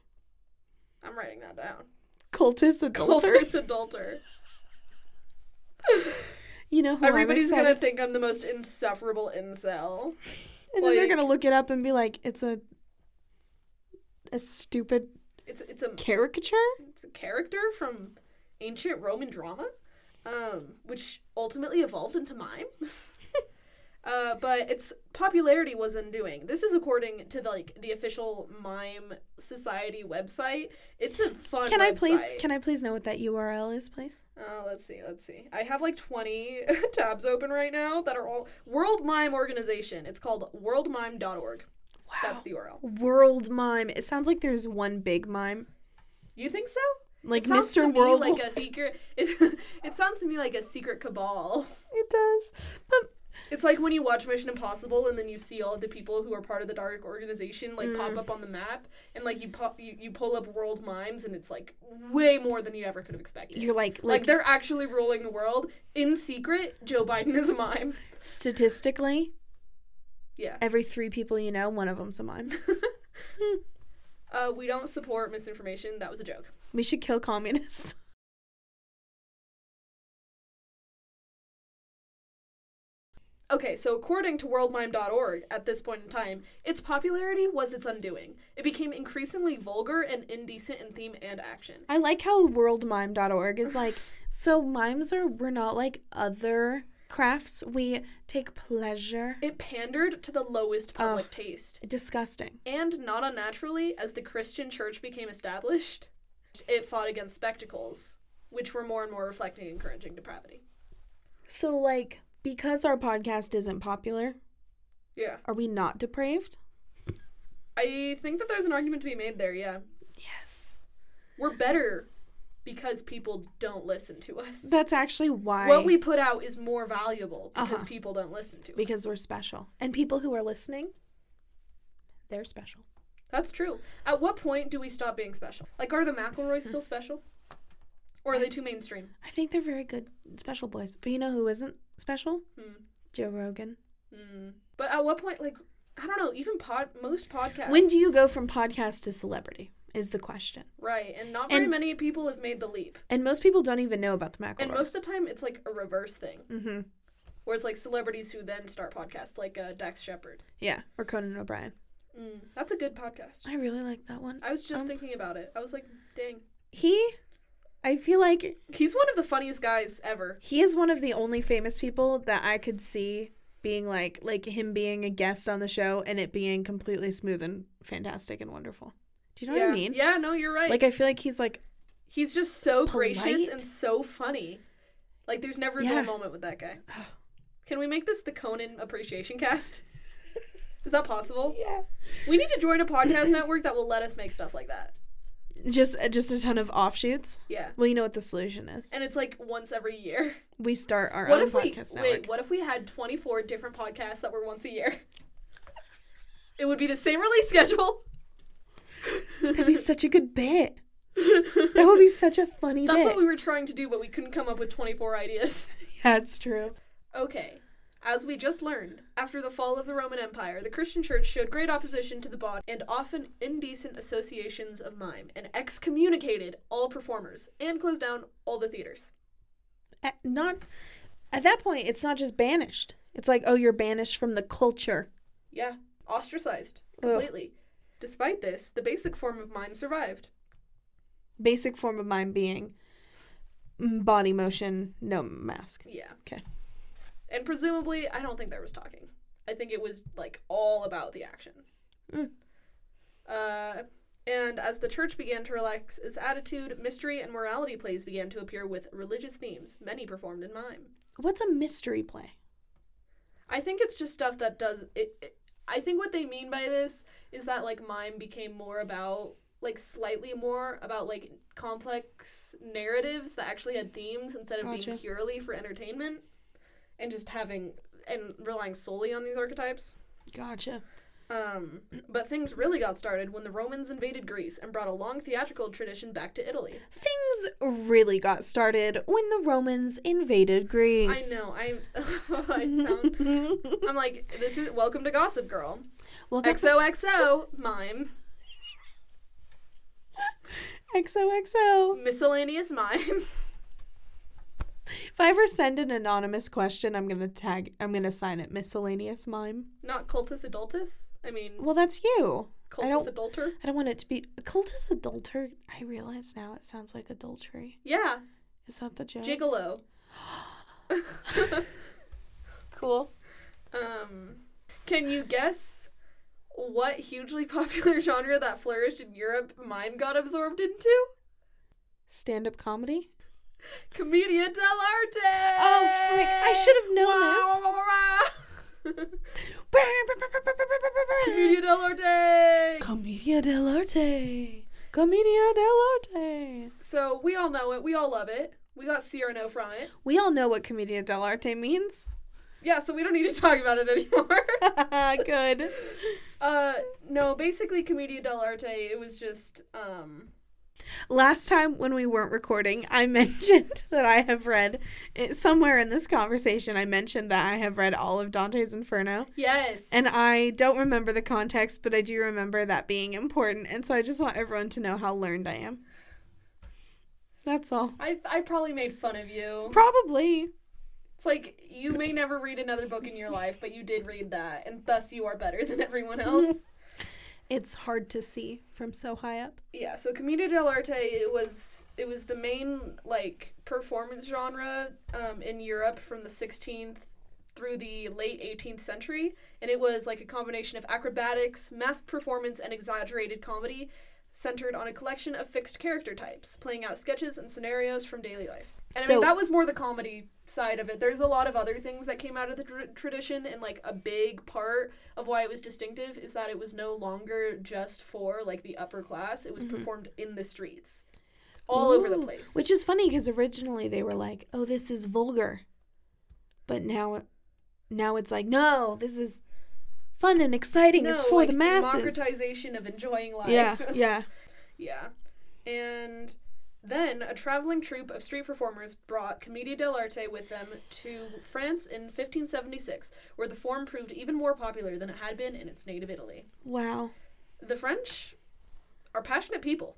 [SPEAKER 2] I'm writing that down.
[SPEAKER 1] Cultist adulter.
[SPEAKER 2] Cultus Adulter.
[SPEAKER 1] You know who
[SPEAKER 2] Everybody's
[SPEAKER 1] I'm
[SPEAKER 2] gonna
[SPEAKER 1] excited-
[SPEAKER 2] think I'm the most insufferable incel.
[SPEAKER 1] And then they're
[SPEAKER 2] like-
[SPEAKER 1] gonna look it up and be like, it's a a stupid
[SPEAKER 2] It's it's a
[SPEAKER 1] caricature?
[SPEAKER 2] it's a character from ancient Roman drama, um, which ultimately evolved into mime. [laughs] uh, but its popularity was undoing. This is according to the, like the official mime society website. It's a fun.
[SPEAKER 1] Can I please
[SPEAKER 2] website.
[SPEAKER 1] can I please know what that URL is, please?
[SPEAKER 2] Uh, let's see, let's see. I have like 20 [laughs] tabs open right now that are all World Mime Organization. It's called worldmime.org.
[SPEAKER 1] Wow.
[SPEAKER 2] That's the URL.
[SPEAKER 1] World mime. It sounds like there's one big mime.
[SPEAKER 2] You think so?
[SPEAKER 1] Like
[SPEAKER 2] It sounds
[SPEAKER 1] Mr.
[SPEAKER 2] to me
[SPEAKER 1] World.
[SPEAKER 2] like a secret. [laughs] It, it sounds to me like a secret cabal.
[SPEAKER 1] it does. But
[SPEAKER 2] It's like when you watch Mission Impossible and then you see all of the people who are part of the dark organization like pop up on the map and like you pop you, you pull up world mimes and it's like way more than you ever could have expected.
[SPEAKER 1] you're like
[SPEAKER 2] like,
[SPEAKER 1] like,
[SPEAKER 2] they're actually ruling the world in secret. Joe Biden is a mime.
[SPEAKER 1] statistically,
[SPEAKER 2] Yeah.
[SPEAKER 1] every three people you know, one of them's a mime. [laughs]
[SPEAKER 2] Uh, we don't support misinformation. That was a joke.
[SPEAKER 1] we should kill communists. [laughs]
[SPEAKER 2] Okay, so according to worldmime.org, at this point in time, its popularity was its undoing. It became increasingly vulgar and indecent in theme and action.
[SPEAKER 1] I like how worldmime.org is like, so mimes are we're not like other crafts. We take pleasure.
[SPEAKER 2] It pandered to the lowest public taste.
[SPEAKER 1] Disgusting.
[SPEAKER 2] And not unnaturally, as the Christian church became established, it fought against spectacles, which were more and more reflecting and encouraging depravity.
[SPEAKER 1] So like because our podcast isn't popular,
[SPEAKER 2] Yeah.
[SPEAKER 1] are we not depraved?
[SPEAKER 2] I think that there's an argument to be made there, yeah.
[SPEAKER 1] Yes.
[SPEAKER 2] We're better because people don't listen to us.
[SPEAKER 1] That's actually why
[SPEAKER 2] What we put out is more valuable because
[SPEAKER 1] Uh-huh.
[SPEAKER 2] people don't listen to us.
[SPEAKER 1] because we're special. And people who are listening, they're special.
[SPEAKER 2] That's true. At what point do we stop being special? Like, are the McElroys
[SPEAKER 1] [laughs]
[SPEAKER 2] still special? Or are they too mainstream?
[SPEAKER 1] I think they're very good special boys. But you know who isn't special?
[SPEAKER 2] Hmm.
[SPEAKER 1] Joe Rogan.
[SPEAKER 2] Hmm. But at what point, like, I don't know, even pod, most podcasts.
[SPEAKER 1] When do you go from podcast to celebrity? Is the question.
[SPEAKER 2] Right, and not very
[SPEAKER 1] And-
[SPEAKER 2] many people have made the leap.
[SPEAKER 1] And most people don't even know about the McElroys.
[SPEAKER 2] And most of the time, it's like a reverse thing,
[SPEAKER 1] mm-hmm.
[SPEAKER 2] where it's like celebrities who then start podcasts, like uh, Dax Shepard.
[SPEAKER 1] Yeah, or Conan O'Brien.
[SPEAKER 2] Mm, that's a good podcast.
[SPEAKER 1] I really like that one.
[SPEAKER 2] I was just
[SPEAKER 1] Um,
[SPEAKER 2] thinking about it. I was like, dang.
[SPEAKER 1] He, I feel like
[SPEAKER 2] He's one of the funniest guys ever.
[SPEAKER 1] he is one of the only famous people that I could see being like like him being a guest on the show and it being completely smooth and fantastic and wonderful. Do you know
[SPEAKER 2] yeah.
[SPEAKER 1] what I mean?
[SPEAKER 2] Yeah, no, you're right.
[SPEAKER 1] Like I feel like he's like
[SPEAKER 2] He's just so gracious
[SPEAKER 1] Polite.
[SPEAKER 2] and so funny. Like there's never a
[SPEAKER 1] Yeah. Oh.
[SPEAKER 2] dull moment with
[SPEAKER 1] [sighs]
[SPEAKER 2] that guy. Can we make this the Conan appreciation cast? [laughs] Is that possible?
[SPEAKER 1] yeah.
[SPEAKER 2] We need to join
[SPEAKER 1] [coughs]
[SPEAKER 2] a podcast network that will let us make stuff like that.
[SPEAKER 1] just just a ton of offshoots.
[SPEAKER 2] Yeah.
[SPEAKER 1] Well, you know what the solution is.
[SPEAKER 2] And it's like once every year.
[SPEAKER 1] We start our
[SPEAKER 2] What
[SPEAKER 1] own
[SPEAKER 2] if we
[SPEAKER 1] podcast network.
[SPEAKER 2] wait, what if we had twenty four different podcasts that were once a year? it would be the same release schedule.
[SPEAKER 1] [laughs] That'd be such a good bit. That would be such a funny
[SPEAKER 2] That's
[SPEAKER 1] bit.
[SPEAKER 2] what we were trying to do, but we couldn't come up with twenty four ideas.
[SPEAKER 1] That's true.
[SPEAKER 2] Okay. As we just learned, after the fall of the Roman Empire, the Christian Church showed great opposition to the bawd and often indecent associations of mime, and excommunicated all performers and closed down all the theaters.
[SPEAKER 1] Uh, Not at that point. It's not just banished. It's like oh, you're banished from the culture.
[SPEAKER 2] Yeah, ostracized
[SPEAKER 1] Ugh.
[SPEAKER 2] completely. Despite this, the basic form of mime survived.
[SPEAKER 1] Basic form of mime being mm, body motion, no mask.
[SPEAKER 2] Yeah.
[SPEAKER 1] 'Kay.
[SPEAKER 2] And presumably, I don't think there was talking. I think it was like all about the action.
[SPEAKER 1] Mm.
[SPEAKER 2] Uh, and as the church began to relax its attitude, mystery and morality plays began to appear with religious themes, many performed in mime.
[SPEAKER 1] What's a mystery play?
[SPEAKER 2] I think it's just stuff that does it, it. I think what they mean by this is that like mime became more about like slightly more about like complex narratives that actually had themes instead of
[SPEAKER 1] Gotcha.
[SPEAKER 2] being purely for entertainment and just having and relying solely on these archetypes.
[SPEAKER 1] Gotcha.
[SPEAKER 2] Um, but things really got started when the Romans invaded Greece and brought a long theatrical tradition back to Italy.
[SPEAKER 1] Things really got started when the Romans invaded
[SPEAKER 2] I
[SPEAKER 1] Greece.
[SPEAKER 2] know I, [laughs] I sound.
[SPEAKER 1] know.
[SPEAKER 2] I'm like this is welcome to Gossip Girl.
[SPEAKER 1] well, that's
[SPEAKER 2] XOXO mime.
[SPEAKER 1] XOXO.
[SPEAKER 2] miscellaneous mime. [laughs]
[SPEAKER 1] If I ever send an anonymous question, I'm gonna tag. I'm gonna sign it miscellaneous mime.
[SPEAKER 2] Not cultus adultus. I mean,
[SPEAKER 1] Well, that's you. I
[SPEAKER 2] cultus
[SPEAKER 1] don't-
[SPEAKER 2] adulter.
[SPEAKER 1] I don't want it to be cultist adulter. I realize now it sounds like adultery.
[SPEAKER 2] Yeah,
[SPEAKER 1] Is that the joke?
[SPEAKER 2] gigolo.
[SPEAKER 1] [gasps] cool.
[SPEAKER 2] Um, can you guess what hugely [laughs] popular genre that flourished in Europe mime got absorbed into?
[SPEAKER 1] Stand up comedy.
[SPEAKER 2] Commedia dell'arte.
[SPEAKER 1] Oh, frick. I should have known
[SPEAKER 2] known this. [laughs] Commedia dell'arte.
[SPEAKER 1] Commedia dell'arte. Commedia dell'arte.
[SPEAKER 2] So we all know it. We all love it. We got Cyrano from it.
[SPEAKER 1] We all know what commedia dell'arte means. [laughs]
[SPEAKER 2] Yeah, so we don't need to talk about it anymore.
[SPEAKER 1] Good.
[SPEAKER 2] Uh, no, basically Commedia dell'arte, it was just, um,
[SPEAKER 1] Last time when we weren't recording, I [laughs] mentioned that I have read eh, somewhere in this conversation. I mentioned that I have read all of Dante's Inferno.
[SPEAKER 2] yes.
[SPEAKER 1] And I don't remember the context, but I do remember that being important. And so I just want everyone to know how learned I am. That's all.
[SPEAKER 2] I, I probably made fun of you.
[SPEAKER 1] Probably.
[SPEAKER 2] It's like, you may never read another book in your life, but you did read that, and thus you are better than everyone else.
[SPEAKER 1] It's hard to see from so high up.
[SPEAKER 2] yeah, so Commedia dell'arte, it was, it was the main, like, performance genre, um, in Europe from the 16th through the late 18th century, and it was, like, a combination of acrobatics, masked performance, and exaggerated comedy, centered on a collection of fixed character types, playing out sketches and scenarios from daily life. And I
[SPEAKER 1] So-
[SPEAKER 2] mean, that was more the comedy side of it. There's a lot of other things that came out of the tr- tradition, and like a big part of why it was distinctive is that it was no longer just for like the upper class, it was performed in the streets, all over the
[SPEAKER 1] Mm-hmm. Ooh,
[SPEAKER 2] place.
[SPEAKER 1] Which is funny because originally they were like, "Oh, this is vulgar," but now, now it's like, "No, this is fun and exciting. it's for
[SPEAKER 2] like,
[SPEAKER 1] the masses."
[SPEAKER 2] Democratization of enjoying life. [laughs]
[SPEAKER 1] Yeah, yeah.
[SPEAKER 2] Yeah. And then a traveling troupe of street performers brought Commedia dell'arte with them to France in 1576, where the form proved even more popular than it had been in its native Italy.
[SPEAKER 1] Wow.
[SPEAKER 2] The French are passionate people.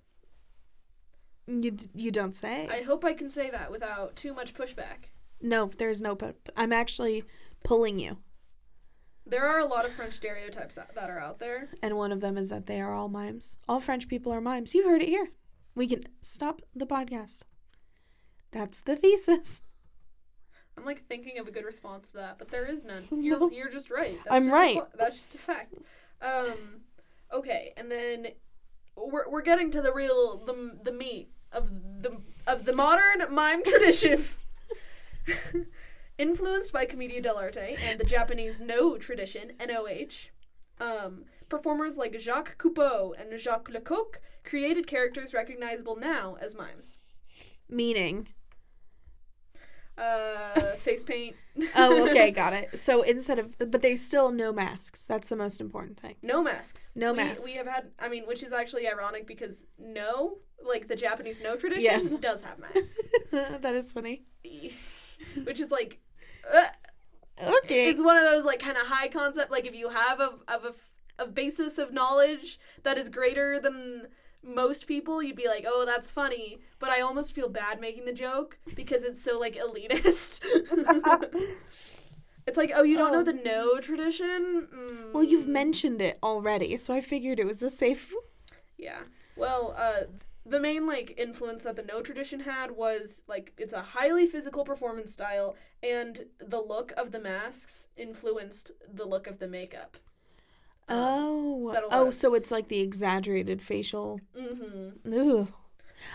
[SPEAKER 1] You d- you don't say.
[SPEAKER 2] I hope I can say that without too much pushback.
[SPEAKER 1] no, there's no. But I'm actually pulling you,
[SPEAKER 2] There are a lot of French stereotypes that that are out there.
[SPEAKER 1] and one of them is that they are all mimes. All French people are mimes. You've heard it here. We can stop the podcast. That's the thesis.
[SPEAKER 2] I'm like thinking of a good response to that, but there is
[SPEAKER 1] [laughs]
[SPEAKER 2] none. You're
[SPEAKER 1] No.
[SPEAKER 2] you're just right.
[SPEAKER 1] I'm
[SPEAKER 2] just a
[SPEAKER 1] right.
[SPEAKER 2] fa- that's just a fact. Um, okay, and then we're we're getting to the real the the meat of the of the modern mime
[SPEAKER 1] [laughs]
[SPEAKER 2] tradition. [laughs] Influenced by Commedia dell'arte and the Japanese No tradition, NOH, um, performers like Jacques Coupeau and Jacques Lecoq created characters recognizable now as mimes.
[SPEAKER 1] Meaning.
[SPEAKER 2] Uh, face paint.
[SPEAKER 1] [laughs] Oh, okay, got it. So instead of, but they still no masks. That's the most important thing.
[SPEAKER 2] [laughs]
[SPEAKER 1] [laughs]
[SPEAKER 2] No masks.
[SPEAKER 1] No
[SPEAKER 2] we,
[SPEAKER 1] masks.
[SPEAKER 2] We have had, I mean, which is actually ironic because no, like the Japanese no tradition
[SPEAKER 1] Yes.
[SPEAKER 2] [laughs] does
[SPEAKER 1] [laughs]
[SPEAKER 2] have masks,
[SPEAKER 1] that is funny.
[SPEAKER 2] which is like, uh,
[SPEAKER 1] Okay.
[SPEAKER 2] it's one of those like kind of high concept. Like if you have a of a, f- a basis of knowledge that is greater than most people, you'd be like, oh, that's funny. But I
[SPEAKER 1] [laughs]
[SPEAKER 2] almost feel bad making the joke because it's so like elitist. [laughs] It's like, oh, you don't
[SPEAKER 1] Oh.
[SPEAKER 2] know the no tradition? Mm,
[SPEAKER 1] Well, you've mentioned it already, so I figured it was a safe.
[SPEAKER 2] Yeah. Well, uh, the main like influence that the no tradition had was like it's a highly physical performance style, and the look of the masks influenced the look of the makeup. Uh,
[SPEAKER 1] Oh.
[SPEAKER 2] that'll
[SPEAKER 1] Oh,
[SPEAKER 2] work.
[SPEAKER 1] so it's like the exaggerated facial.
[SPEAKER 2] Mm-hmm.
[SPEAKER 1] Ugh.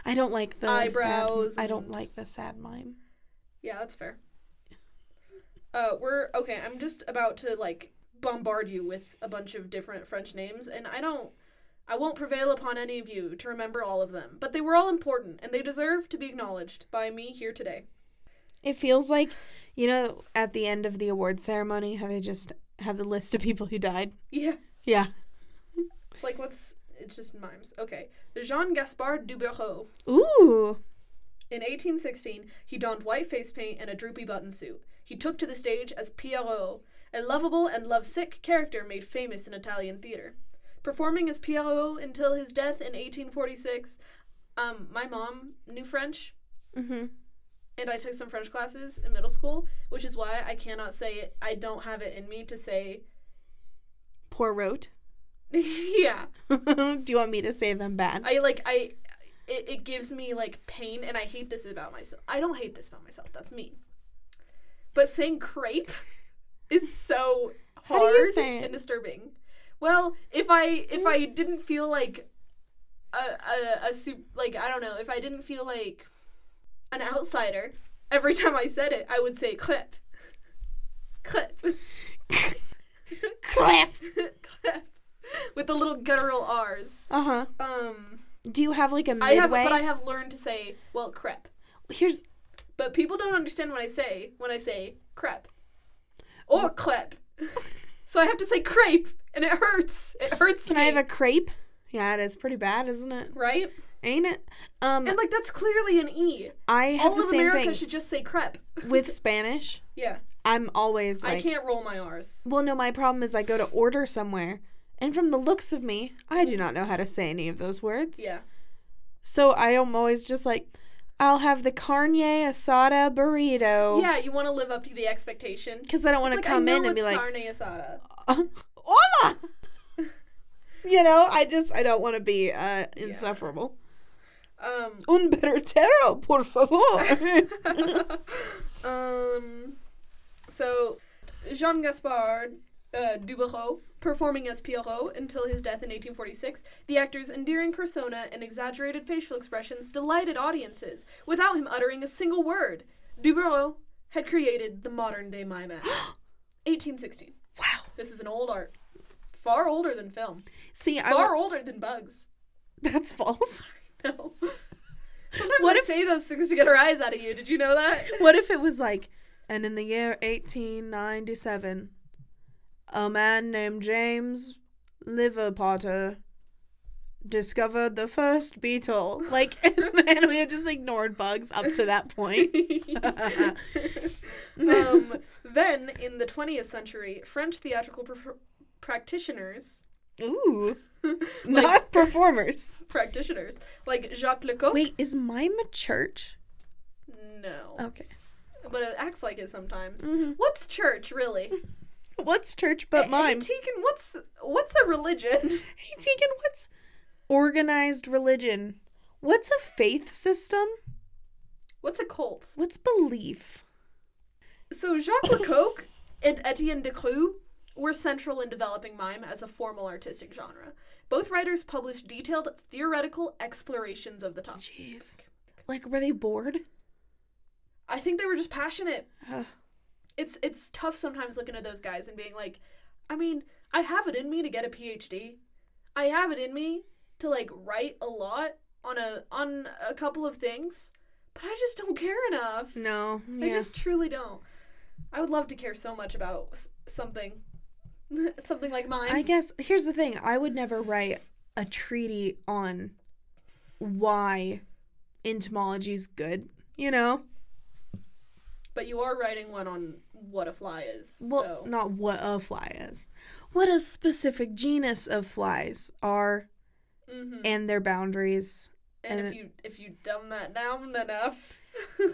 [SPEAKER 1] I don't like the
[SPEAKER 2] Eyebrows
[SPEAKER 1] Sad, I don't
[SPEAKER 2] and-
[SPEAKER 1] like the sad mime.
[SPEAKER 2] Yeah, that's fair. Uh, we're okay. I'm just about to like bombard you with a bunch of different French names, and I don't, I won't prevail upon any of you to remember all of them. But they were all important, and they deserve to be acknowledged by me here today. [laughs]
[SPEAKER 1] It feels like, you know, at the end of the award ceremony, how they just have the list of people who died.
[SPEAKER 2] Yeah,
[SPEAKER 1] Yeah.
[SPEAKER 2] it's like let's. It's just mimes. Okay, Jean Gaspard Dubureau.
[SPEAKER 1] Ooh.
[SPEAKER 2] In 1816, he donned white face paint and a droopy button suit. He took to the stage as Pierrot, a lovable and lovesick character made famous in Italian theater. Performing as Pierrot until his death in 1846, um, my mom knew French,
[SPEAKER 1] Mm-hmm.
[SPEAKER 2] and I took some French classes in middle school, which is why I cannot say it. I don't have it in me to say, [laughs]
[SPEAKER 1] Poor rote. [laughs]
[SPEAKER 2] yeah.
[SPEAKER 1] Do you want me to say them bad?
[SPEAKER 2] I like I. It, it gives me like pain, and I hate this about myself. I don't hate this about myself. That's mean. But saying crepe is so
[SPEAKER 1] How do
[SPEAKER 2] hard
[SPEAKER 1] you say it?
[SPEAKER 2] and disturbing. Well, if I if I didn't feel like a a, a soup like I don't know if I didn't feel like an outsider every [laughs] time I said it, I would say clip, clip, [laughs]
[SPEAKER 1] Clip.
[SPEAKER 2] clip, with the little guttural R's.
[SPEAKER 1] Uh huh.
[SPEAKER 2] Um.
[SPEAKER 1] Do you have like a midway?
[SPEAKER 2] I have, but I have learned to say, well, crepe.
[SPEAKER 1] Here's
[SPEAKER 2] But people don't understand what I say when I say crepe or clep. [laughs] so I have to say crepe, and it hurts. It hurts
[SPEAKER 1] can
[SPEAKER 2] me,
[SPEAKER 1] I have a crepe? Yeah, it is pretty bad, isn't it?
[SPEAKER 2] right?
[SPEAKER 1] Ain't it? Um,
[SPEAKER 2] And like that's clearly an e.
[SPEAKER 1] I have
[SPEAKER 2] All
[SPEAKER 1] the
[SPEAKER 2] of
[SPEAKER 1] same
[SPEAKER 2] America
[SPEAKER 1] thing
[SPEAKER 2] should just say crepe.
[SPEAKER 1] [laughs] with Spanish.
[SPEAKER 2] [laughs] yeah,
[SPEAKER 1] I'm always like,
[SPEAKER 2] I can't roll
[SPEAKER 1] [laughs]
[SPEAKER 2] my r's.
[SPEAKER 1] well, no, my problem is I go to order somewhere, and from the looks of me, I do not know how to say any of those words.
[SPEAKER 2] Yeah,
[SPEAKER 1] So I am always just like, I'll have the carne asada burrito.
[SPEAKER 2] yeah. You want to live up to the expectation.
[SPEAKER 1] Because I don't want
[SPEAKER 2] It's
[SPEAKER 1] to Oh.
[SPEAKER 2] like
[SPEAKER 1] come
[SPEAKER 2] I know
[SPEAKER 1] in and
[SPEAKER 2] it's
[SPEAKER 1] be like, "Um,
[SPEAKER 2] carne asada. [laughs]
[SPEAKER 1] hola. you know, I just I don't want to be uh, insufferable.
[SPEAKER 2] Um,
[SPEAKER 1] Un vertero, por
[SPEAKER 2] [laughs]
[SPEAKER 1] favor.
[SPEAKER 2] um, so Jean Gaspard uh, Dubureau, performing as Pierrot until his death in 1846, the actor's endearing persona and exaggerated facial expressions delighted audiences without him uttering a single word. Dubureau had created the modern day
[SPEAKER 1] [gasps]
[SPEAKER 2] mime act. 1816.
[SPEAKER 1] wow.
[SPEAKER 2] This is an old art, far older than film,
[SPEAKER 1] See, I
[SPEAKER 2] far
[SPEAKER 1] wa- [laughs]
[SPEAKER 2] older than bugs. [laughs]
[SPEAKER 1] that's false.
[SPEAKER 2] No. Sometimes
[SPEAKER 1] What
[SPEAKER 2] I
[SPEAKER 1] if-
[SPEAKER 2] say those things to get a rise out of you. Did you know that?
[SPEAKER 1] What if it was like, and in the year 1897, a man named James Liverpotter discovered the first beetle. Like, [laughs] and we had just ignored bugs up to that point.
[SPEAKER 2] um, then, in the 20th century, French theatrical pr- practitioners,
[SPEAKER 1] [laughs]
[SPEAKER 2] [laughs]
[SPEAKER 1] Ooh.
[SPEAKER 2] like
[SPEAKER 1] Not performers.
[SPEAKER 2] practitioners, like Jacques Lecoq.
[SPEAKER 1] Wait, Oh. is mime a church?
[SPEAKER 2] No,
[SPEAKER 1] Okay.
[SPEAKER 2] but it acts like it sometimes.
[SPEAKER 1] Mhm.
[SPEAKER 2] What's church really?
[SPEAKER 1] What's church but mime?
[SPEAKER 2] Antiquan, what's what's a religion? [laughs]
[SPEAKER 1] Hey, Tegan, what's organized religion? What's a faith system?
[SPEAKER 2] What's a cult?
[SPEAKER 1] What's belief?
[SPEAKER 2] So Jacques Lecoq and Etienne de Creux were central in developing mime as a formal artistic genre. Both writers published detailed theoretical explorations of the topic.
[SPEAKER 1] Jeez. Like, were they bored?
[SPEAKER 2] I think they were just passionate.
[SPEAKER 1] Ugh.
[SPEAKER 2] It's it's tough sometimes looking at those guys and being like, I mean, I have it in me to get a PhD. I have it in me to like write a lot on a on a couple of things, but I just don't care enough.
[SPEAKER 1] No.
[SPEAKER 2] I just truly don't. I would love to care so much about s- something, [laughs] something like mine.
[SPEAKER 1] I guess here's the thing. I would never write a treaty on why entomology's good. You know?
[SPEAKER 2] but you are writing one on what a fly is.
[SPEAKER 1] Well,
[SPEAKER 2] so
[SPEAKER 1] not what a fly is. What a specific genus of flies are
[SPEAKER 2] Mhm. [laughs]
[SPEAKER 1] and their boundaries
[SPEAKER 2] And,
[SPEAKER 1] And
[SPEAKER 2] if
[SPEAKER 1] it-
[SPEAKER 2] you if you dumb that down enough,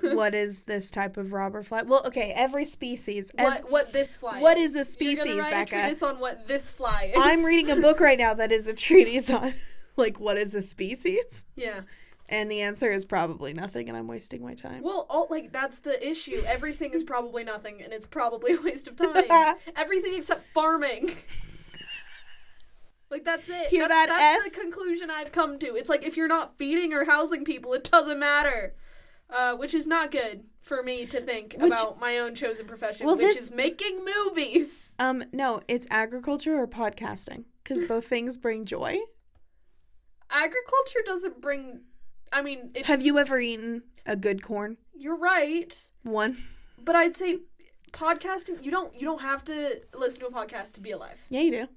[SPEAKER 1] what is this type of robber fly? Well, okay, every species. ev-
[SPEAKER 2] what what this fly?
[SPEAKER 1] what
[SPEAKER 2] is.
[SPEAKER 1] is a species,
[SPEAKER 2] You're gonna write a
[SPEAKER 1] Becca?
[SPEAKER 2] treatise on what this fly is.
[SPEAKER 1] I'm reading a book right now that is a treatise on [laughs] like what is a species,
[SPEAKER 2] [laughs] Yeah.
[SPEAKER 1] and the answer is probably nothing, and I'm wasting my time.
[SPEAKER 2] Well, all like that's the issue. Everything is probably nothing, and it's probably a waste
[SPEAKER 1] [laughs]
[SPEAKER 2] of time. Everything except farming. like that's it.
[SPEAKER 1] Hear
[SPEAKER 2] that's,
[SPEAKER 1] that,
[SPEAKER 2] That's
[SPEAKER 1] S?
[SPEAKER 2] the conclusion I've come to. It's like if you're not feeding or housing people, it doesn't matter. Uh, which is not good for me to think
[SPEAKER 1] Which-
[SPEAKER 2] about my own chosen profession,
[SPEAKER 1] Well,
[SPEAKER 2] which
[SPEAKER 1] this-
[SPEAKER 2] is making movies.
[SPEAKER 1] Um, no, it's agriculture or podcasting because both things bring joy.
[SPEAKER 2] Agriculture doesn't bring. I mean, it,
[SPEAKER 1] Have you ever eaten a good corn?
[SPEAKER 2] you're right.
[SPEAKER 1] One.
[SPEAKER 2] but I'd say podcasting you don't you don't have to listen to a podcast to be alive.
[SPEAKER 1] Yeah, you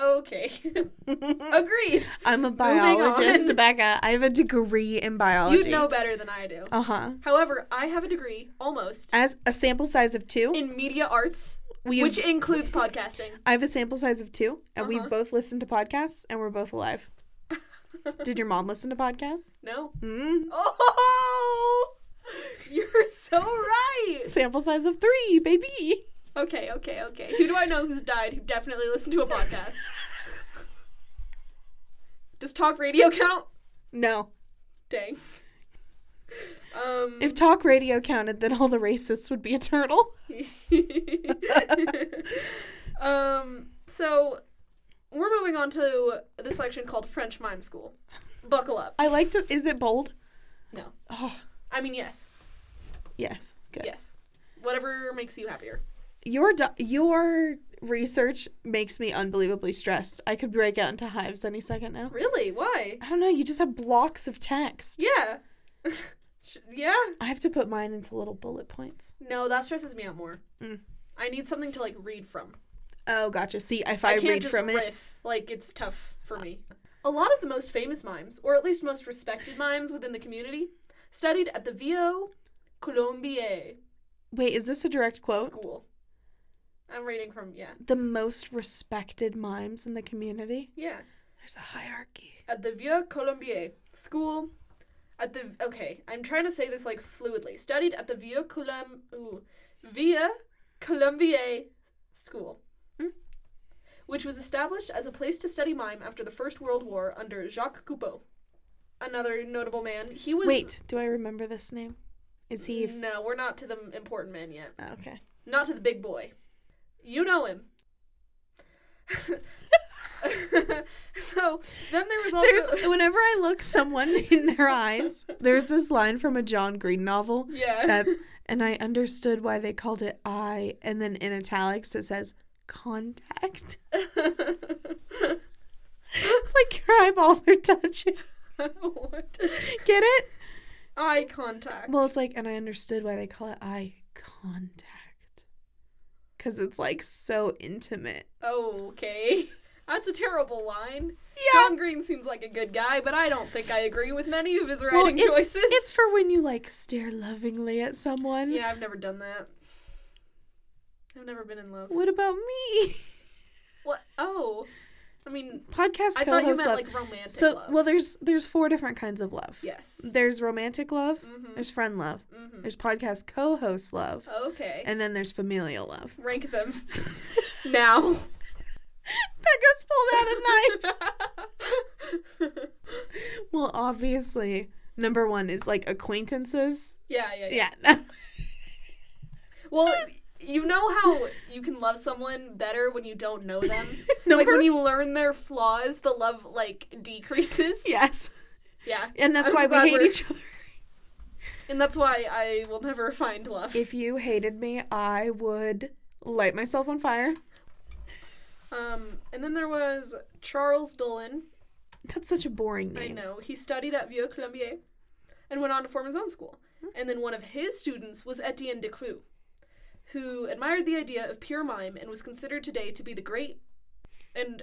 [SPEAKER 2] Okay. [laughs]
[SPEAKER 1] do.
[SPEAKER 2] Agreed.
[SPEAKER 1] I'm
[SPEAKER 2] [laughs]
[SPEAKER 1] a
[SPEAKER 2] on.
[SPEAKER 1] biologist, Becca. I have a degree in biology.
[SPEAKER 2] You'd know better than I do.
[SPEAKER 1] Uh huh.
[SPEAKER 2] However, I have a degree almost
[SPEAKER 1] As a sample size of two,
[SPEAKER 2] in media arts,
[SPEAKER 1] we
[SPEAKER 2] which includes podcasting.
[SPEAKER 1] I have a sample size of two, and
[SPEAKER 2] Uh-huh.
[SPEAKER 1] we've both listened to podcasts, and we're both
[SPEAKER 2] [laughs]
[SPEAKER 1] alive. Did your mom listen to podcasts?
[SPEAKER 2] No.
[SPEAKER 1] Mm.
[SPEAKER 2] Oh. [laughs] You're so right.
[SPEAKER 1] Sample size of three, baby.
[SPEAKER 2] Okay, okay, okay. Who do I know who's died who definitely listened to a podcast? Does talk radio count?
[SPEAKER 1] No.
[SPEAKER 2] Dang. Um
[SPEAKER 1] If talk radio counted, then all the racists would be eternal.
[SPEAKER 2] [laughs] um, so we're moving on to the section called French Mime School. Buckle up.
[SPEAKER 1] I like to. Is it bold?
[SPEAKER 2] No.
[SPEAKER 1] Oh,
[SPEAKER 2] I mean, yes,
[SPEAKER 1] yes. Good.
[SPEAKER 2] yes. Whatever makes you happier.
[SPEAKER 1] Your do- your research makes me unbelievably stressed. I could break out into hives any second now.
[SPEAKER 2] Really? Why?
[SPEAKER 1] I don't know. You just have blocks of text.
[SPEAKER 2] Yeah. [laughs] Sh- yeah.
[SPEAKER 1] I have to put mine into little bullet points.
[SPEAKER 2] No, that stresses me out more.
[SPEAKER 1] Mm.
[SPEAKER 2] I need something to like read from.
[SPEAKER 1] Oh, gotcha. See, if I,
[SPEAKER 2] can't
[SPEAKER 1] read
[SPEAKER 2] just
[SPEAKER 1] from it,
[SPEAKER 2] riff. Like it's tough for me. A lot of the most famous mimes, or at least most respected mimes within the community, studied at the VO Colombier
[SPEAKER 1] wait, is this a direct quote?
[SPEAKER 2] school. I'm reading from yeah,
[SPEAKER 1] The most respected mimes in the community.
[SPEAKER 2] yeah.
[SPEAKER 1] There's a hierarchy.
[SPEAKER 2] At the Vieux Colombier school, at the okay, I'm trying to say this like fluidly. Studied at the Vieux Colom ooh, Vieux Colombier school,
[SPEAKER 1] Mm.
[SPEAKER 2] which was established as a place to study mime after the First World War under Jacques Coupeau, another notable man. He was
[SPEAKER 1] Wait, do I remember this name? Is he? f-
[SPEAKER 2] No, we're not to the important man yet.
[SPEAKER 1] oh, okay.
[SPEAKER 2] Not to the big boy. You know him. [laughs] so then there was also [laughs]
[SPEAKER 1] There's, [laughs] whenever I look someone in their eyes, there's this line from a John Green novel
[SPEAKER 2] yeah.
[SPEAKER 1] that's, and I understood why they called it I, and then in italics it says contact. [laughs] It's like your eyeballs are touching.
[SPEAKER 2] [laughs]
[SPEAKER 1] [laughs]
[SPEAKER 2] what?
[SPEAKER 1] Get it?
[SPEAKER 2] Eye contact.
[SPEAKER 1] Well, it's like, and I understood why they call it eye contact. Because it's like so intimate.
[SPEAKER 2] Okay. That's a terrible line.
[SPEAKER 1] Yeah.
[SPEAKER 2] John Green seems like a good guy, but I don't think I agree with many of his
[SPEAKER 1] Well,
[SPEAKER 2] writing
[SPEAKER 1] it's,
[SPEAKER 2] choices.
[SPEAKER 1] It's for when you like stare lovingly at someone.
[SPEAKER 2] Yeah, I've never done that. I've never been in love.
[SPEAKER 1] What about me? [laughs]
[SPEAKER 2] What? Oh. I mean,
[SPEAKER 1] Podcast
[SPEAKER 2] I thought you
[SPEAKER 1] co-host
[SPEAKER 2] meant
[SPEAKER 1] love.
[SPEAKER 2] like romantic
[SPEAKER 1] so
[SPEAKER 2] love.
[SPEAKER 1] well, there's there's four different kinds of love.
[SPEAKER 2] yes.
[SPEAKER 1] There's romantic love.
[SPEAKER 2] Mm-hmm.
[SPEAKER 1] There's friend love.
[SPEAKER 2] Mm-hmm.
[SPEAKER 1] There's podcast co-host love.
[SPEAKER 2] Okay.
[SPEAKER 1] And then there's familial love.
[SPEAKER 2] Rank them now.
[SPEAKER 1] Becca's pulled out [laughs] a knife. well, obviously, number one is like acquaintances.
[SPEAKER 2] yeah, yeah, yeah.
[SPEAKER 1] [laughs] Yeah.
[SPEAKER 2] Well, you know how you can love someone better when you don't know them? like
[SPEAKER 1] number
[SPEAKER 2] when you learn their flaws, the love like
[SPEAKER 1] [laughs]
[SPEAKER 2] decreases.
[SPEAKER 1] [laughs] yes.
[SPEAKER 2] Yeah.
[SPEAKER 1] And that's
[SPEAKER 2] I'm
[SPEAKER 1] why
[SPEAKER 2] glad
[SPEAKER 1] we hate
[SPEAKER 2] we're-
[SPEAKER 1] each other.
[SPEAKER 2] And that's why I will never find love.
[SPEAKER 1] [laughs] If you hated me, I would light myself on fire.
[SPEAKER 2] Um and then there was Charles Dolan.
[SPEAKER 1] That's such a boring
[SPEAKER 2] I
[SPEAKER 1] name.
[SPEAKER 2] know. He studied at Vieux Colombier and went on to form his own school. And then one of his students was Etienne de Creux, who admired the idea of pure mime and was considered today to be the great. And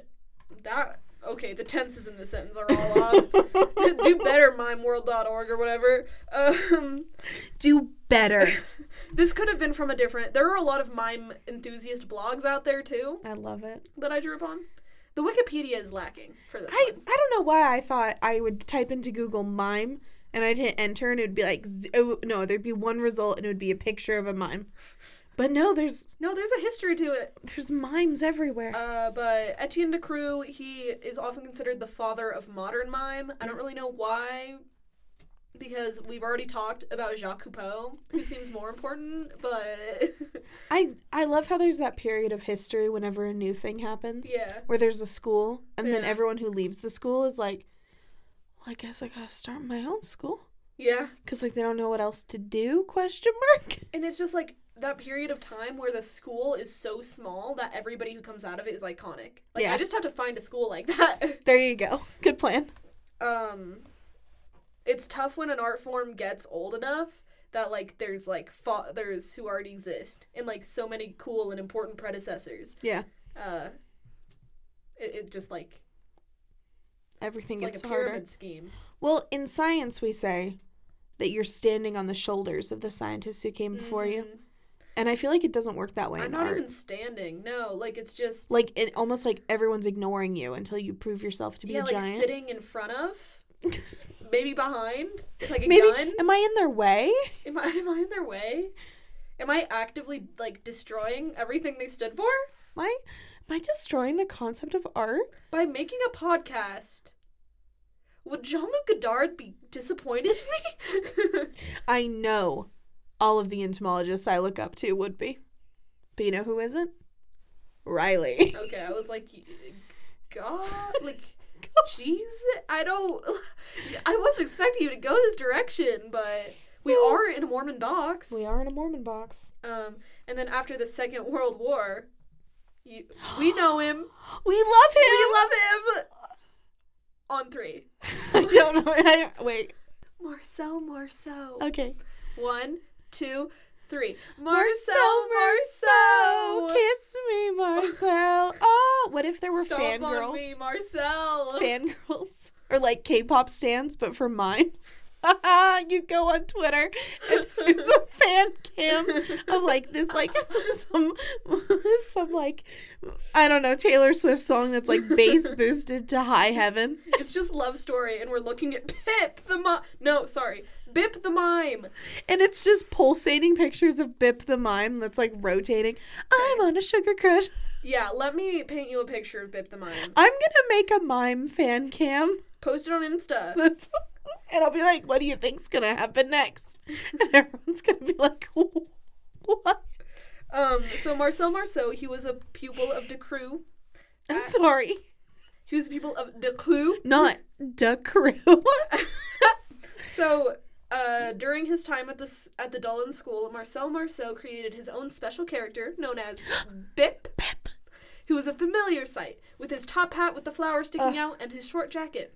[SPEAKER 2] that. Okay, the tenses in the sentence are
[SPEAKER 1] [laughs]
[SPEAKER 2] all off. Do better, mimeworld.org or whatever. Um,
[SPEAKER 1] [laughs] Do better.
[SPEAKER 2] this could have been from a different. There are a lot of mime enthusiast blogs out there, too
[SPEAKER 1] I love it.
[SPEAKER 2] that I drew upon. The Wikipedia is lacking for this.
[SPEAKER 1] I,
[SPEAKER 2] one.
[SPEAKER 1] I don't know why I thought I would type into Google mime and I'd hit enter and it would be like, z- oh, no, there'd be one result and it would be a picture of a mime. But no, there's
[SPEAKER 2] No, there's a history to it.
[SPEAKER 1] there's mimes everywhere.
[SPEAKER 2] Uh, but Etienne de Crew, he is often considered the father of modern mime. I don't really know why, because we've already talked about Jacques Coupeau, who seems more important. But [laughs]
[SPEAKER 1] I, I love how there's that period of history whenever a new thing happens
[SPEAKER 2] yeah,
[SPEAKER 1] where there's a school and then
[SPEAKER 2] Yeah.
[SPEAKER 1] everyone who leaves the school is like, well, I guess I gotta start my own school.
[SPEAKER 2] yeah,
[SPEAKER 1] Because, like, they don't know what else to do, question mark. [laughs]
[SPEAKER 2] and it's just like that period of time where the school is so small that everybody who comes out of it is iconic. Like
[SPEAKER 1] Yeah.
[SPEAKER 2] I just have to find a school like that. [laughs]
[SPEAKER 1] There you go. Good plan.
[SPEAKER 2] um it's tough when an art form gets old enough that like there's like fathers who already exist and like so many cool and important predecessors
[SPEAKER 1] Yeah.
[SPEAKER 2] uh it, it just like
[SPEAKER 1] Everything
[SPEAKER 2] it's like a
[SPEAKER 1] gets harder.
[SPEAKER 2] pyramid scheme
[SPEAKER 1] Well, in science, we say that you're standing on the shoulders of the scientists who came before you.
[SPEAKER 2] Mhm.
[SPEAKER 1] And I feel like it doesn't work that way
[SPEAKER 2] i'm
[SPEAKER 1] in
[SPEAKER 2] not
[SPEAKER 1] art.
[SPEAKER 2] even standing no like it's just
[SPEAKER 1] Like, it, almost like everyone's ignoring you until you prove yourself to be
[SPEAKER 2] yeah
[SPEAKER 1] a
[SPEAKER 2] like
[SPEAKER 1] giant.
[SPEAKER 2] sitting in
[SPEAKER 1] [laughs]
[SPEAKER 2] front of maybe behind like a
[SPEAKER 1] Maybe,
[SPEAKER 2] gun
[SPEAKER 1] am I in their way?
[SPEAKER 2] am I, am I in their way am i actively like destroying everything they stood for
[SPEAKER 1] Am I, am I destroying the concept of art?
[SPEAKER 2] by making a podcast, would Jean Luc Godard be disappointed in me? [laughs]
[SPEAKER 1] I know all of the entomologists I look up to would be. But you know who isn't? Riley.
[SPEAKER 2] okay, I was like, y- God, like, Jesus, I don't, I wasn't expecting you to go this direction, but we are in a Mormon box.
[SPEAKER 1] we are in a Mormon box.
[SPEAKER 2] Um, and then after the Second World War,
[SPEAKER 1] [gasps]
[SPEAKER 2] you, we know him.
[SPEAKER 1] We love him.
[SPEAKER 2] We love him. On three,
[SPEAKER 1] [laughs] I don't know. I, wait.
[SPEAKER 2] Marcel Marceau.
[SPEAKER 1] Okay.
[SPEAKER 2] One, two, three.
[SPEAKER 1] Marcel,
[SPEAKER 2] Marcel, Marcel,
[SPEAKER 1] Oh, Kiss me, Marcel. Oh, what if there were
[SPEAKER 2] Stop on me,
[SPEAKER 1] fangirls?
[SPEAKER 2] Marcel.
[SPEAKER 1] Fangirls. [laughs] Or like K pop stands, but for mimes. [laughs] you go on Twitter and [laughs] there's a fan cam of like this, like [laughs] some, some like, I don't know, Taylor Swift song that's like bass boosted to high heaven.
[SPEAKER 2] it's just love story, and we're looking at Pip the mime. No, sorry, Bip the mime.
[SPEAKER 1] And it's just pulsating pictures of Bip the mime that's like rotating. I'm on a sugar crush.
[SPEAKER 2] Yeah, let me paint you a picture of Bip the mime.
[SPEAKER 1] I'm gonna make a mime fan cam.
[SPEAKER 2] Post it on Insta.
[SPEAKER 1] That's- [laughs] and I'll be like, what do you think's gonna happen next? And everyone's gonna be like, [laughs] what?
[SPEAKER 2] Um, so Marcel Marceau, he was a pupil of Decrew.
[SPEAKER 1] I'm sorry.
[SPEAKER 2] He was a pupil of Decrew.
[SPEAKER 1] Not the [laughs] crew.
[SPEAKER 2] So. Uh, during his time at the s- at the Dullin School, Marcel Marceau created his own special character known as Bip, who was a familiar sight, with his top hat with the flowers sticking out and his short jacket.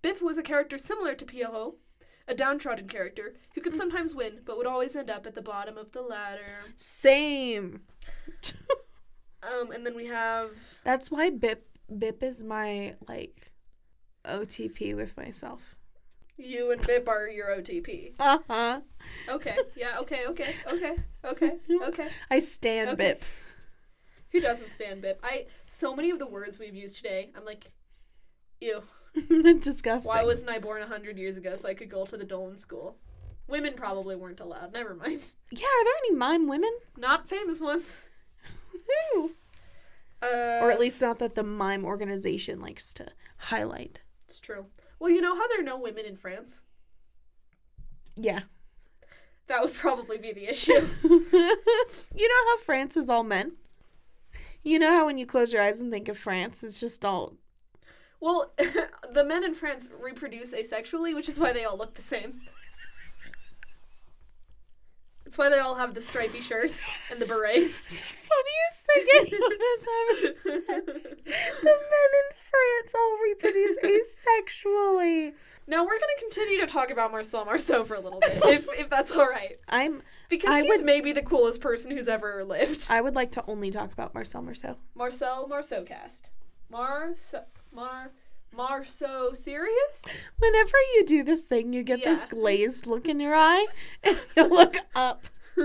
[SPEAKER 2] Biff was a character similar to Pierrot, a downtrodden character who could sometimes win but would always end up at the bottom of the ladder.
[SPEAKER 1] Same.
[SPEAKER 2] Um, and then we have
[SPEAKER 1] That's why Bip Bip is my like OTP with myself.
[SPEAKER 2] you and Bip are your OTP.
[SPEAKER 1] Uh-huh.
[SPEAKER 2] Okay, yeah, okay, okay, okay, okay, okay.
[SPEAKER 1] I stand
[SPEAKER 2] Okay.
[SPEAKER 1] Bip.
[SPEAKER 2] Who doesn't stand Bip? I so many of the words we've used today. I'm like, ew.
[SPEAKER 1] [laughs] Disgusting.
[SPEAKER 2] Why wasn't I born hundred years ago so I could go to the Dolan School? Women probably weren't allowed. Never mind.
[SPEAKER 1] yeah, are there any mime women?
[SPEAKER 2] Not famous ones.
[SPEAKER 1] Who?
[SPEAKER 2] Uh,
[SPEAKER 1] or at least not that the mime organization likes to highlight.
[SPEAKER 2] it's true. Well, you know how there are no women in France?
[SPEAKER 1] Yeah.
[SPEAKER 2] That would [laughs] probably be the
[SPEAKER 1] [laughs]
[SPEAKER 2] issue.
[SPEAKER 1] you know how France is all men? You know how when you close your eyes and think of France, it's just all. [laughs]
[SPEAKER 2] well, [laughs] the men in France reproduce asexually, which is why they all look the same. It's why they all have the stripy shirts and the berets. [laughs]
[SPEAKER 1] It's the funniest thing anyone has ever said. The men in France all
[SPEAKER 2] [laughs]
[SPEAKER 1] reproduce asexually.
[SPEAKER 2] now we're gonna continue to talk about Marcel Marceau for a little bit,
[SPEAKER 1] [laughs]
[SPEAKER 2] if if that's all right,
[SPEAKER 1] I'm.
[SPEAKER 2] because
[SPEAKER 1] I
[SPEAKER 2] he's
[SPEAKER 1] would-
[SPEAKER 2] maybe the coolest person who's ever lived.
[SPEAKER 1] I would like to only talk about Marcel Marceau.
[SPEAKER 2] Marcel Marceau cast. Mar Mar Marceau serious?
[SPEAKER 1] Whenever you do this thing, you get this [laughs]
[SPEAKER 2] Yeah.
[SPEAKER 1] glazed look in your eye, and you look up. [laughs]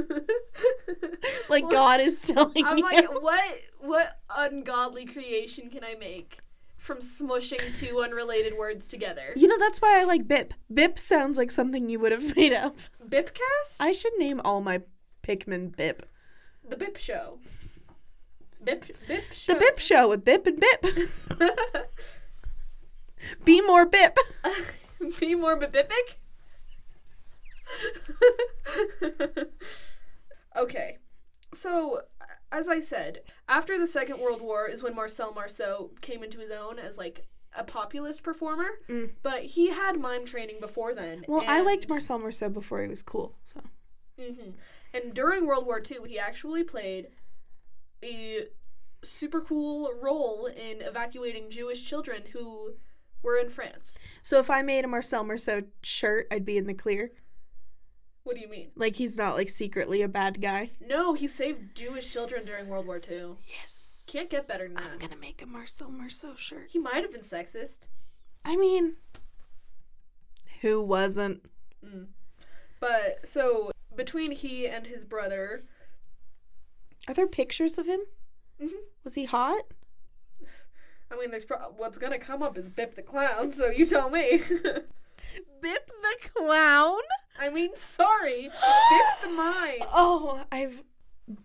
[SPEAKER 1] Like
[SPEAKER 2] Well,
[SPEAKER 1] God is telling
[SPEAKER 2] I'm
[SPEAKER 1] you. [laughs]
[SPEAKER 2] like, what what ungodly creation can I make from smushing two unrelated words together?
[SPEAKER 1] you know that's why I like Bip. Bip sounds like something you would have made up.
[SPEAKER 2] Bipcast?
[SPEAKER 1] I should name all my Pikmin Bip.
[SPEAKER 2] the Bip Show. Bip Bip Show.
[SPEAKER 1] The Bip Show with Bip and Bip. [laughs]
[SPEAKER 2] [laughs]
[SPEAKER 1] Be more Bip.
[SPEAKER 2] [laughs] Be more bipipic. okay, so as I said, after the Second World War is when Marcel Marceau came into his own as like a populist performer,
[SPEAKER 1] Mm.
[SPEAKER 2] but he had mime training before then.
[SPEAKER 1] Well, I liked
[SPEAKER 2] and-
[SPEAKER 1] Marcel Marceau before he was cool. So
[SPEAKER 2] hmm And during World War II, he actually played a super cool role in evacuating Jewish children who were in France.
[SPEAKER 1] So if I made a Marcel Marceau shirt, I'd be in the clear.
[SPEAKER 2] What do you mean?
[SPEAKER 1] Like he's not like secretly a bad guy.
[SPEAKER 2] No, he saved Jewish children during World War II.
[SPEAKER 1] Yes.
[SPEAKER 2] Can't get better than
[SPEAKER 1] I'm
[SPEAKER 2] that.
[SPEAKER 1] gonna make a Marcel Marceau shirt.
[SPEAKER 2] He might have been sexist,
[SPEAKER 1] I mean, who wasn't?
[SPEAKER 2] but so between he and his brother,
[SPEAKER 1] Are there pictures of him?
[SPEAKER 2] Mhm.
[SPEAKER 1] Was he hot?
[SPEAKER 2] I mean, there's pro- what's gonna come up is Bip the clown. So you tell me. [laughs]
[SPEAKER 1] Bip the clown.
[SPEAKER 2] I mean, sorry, Bip the mime.
[SPEAKER 1] Oh, I've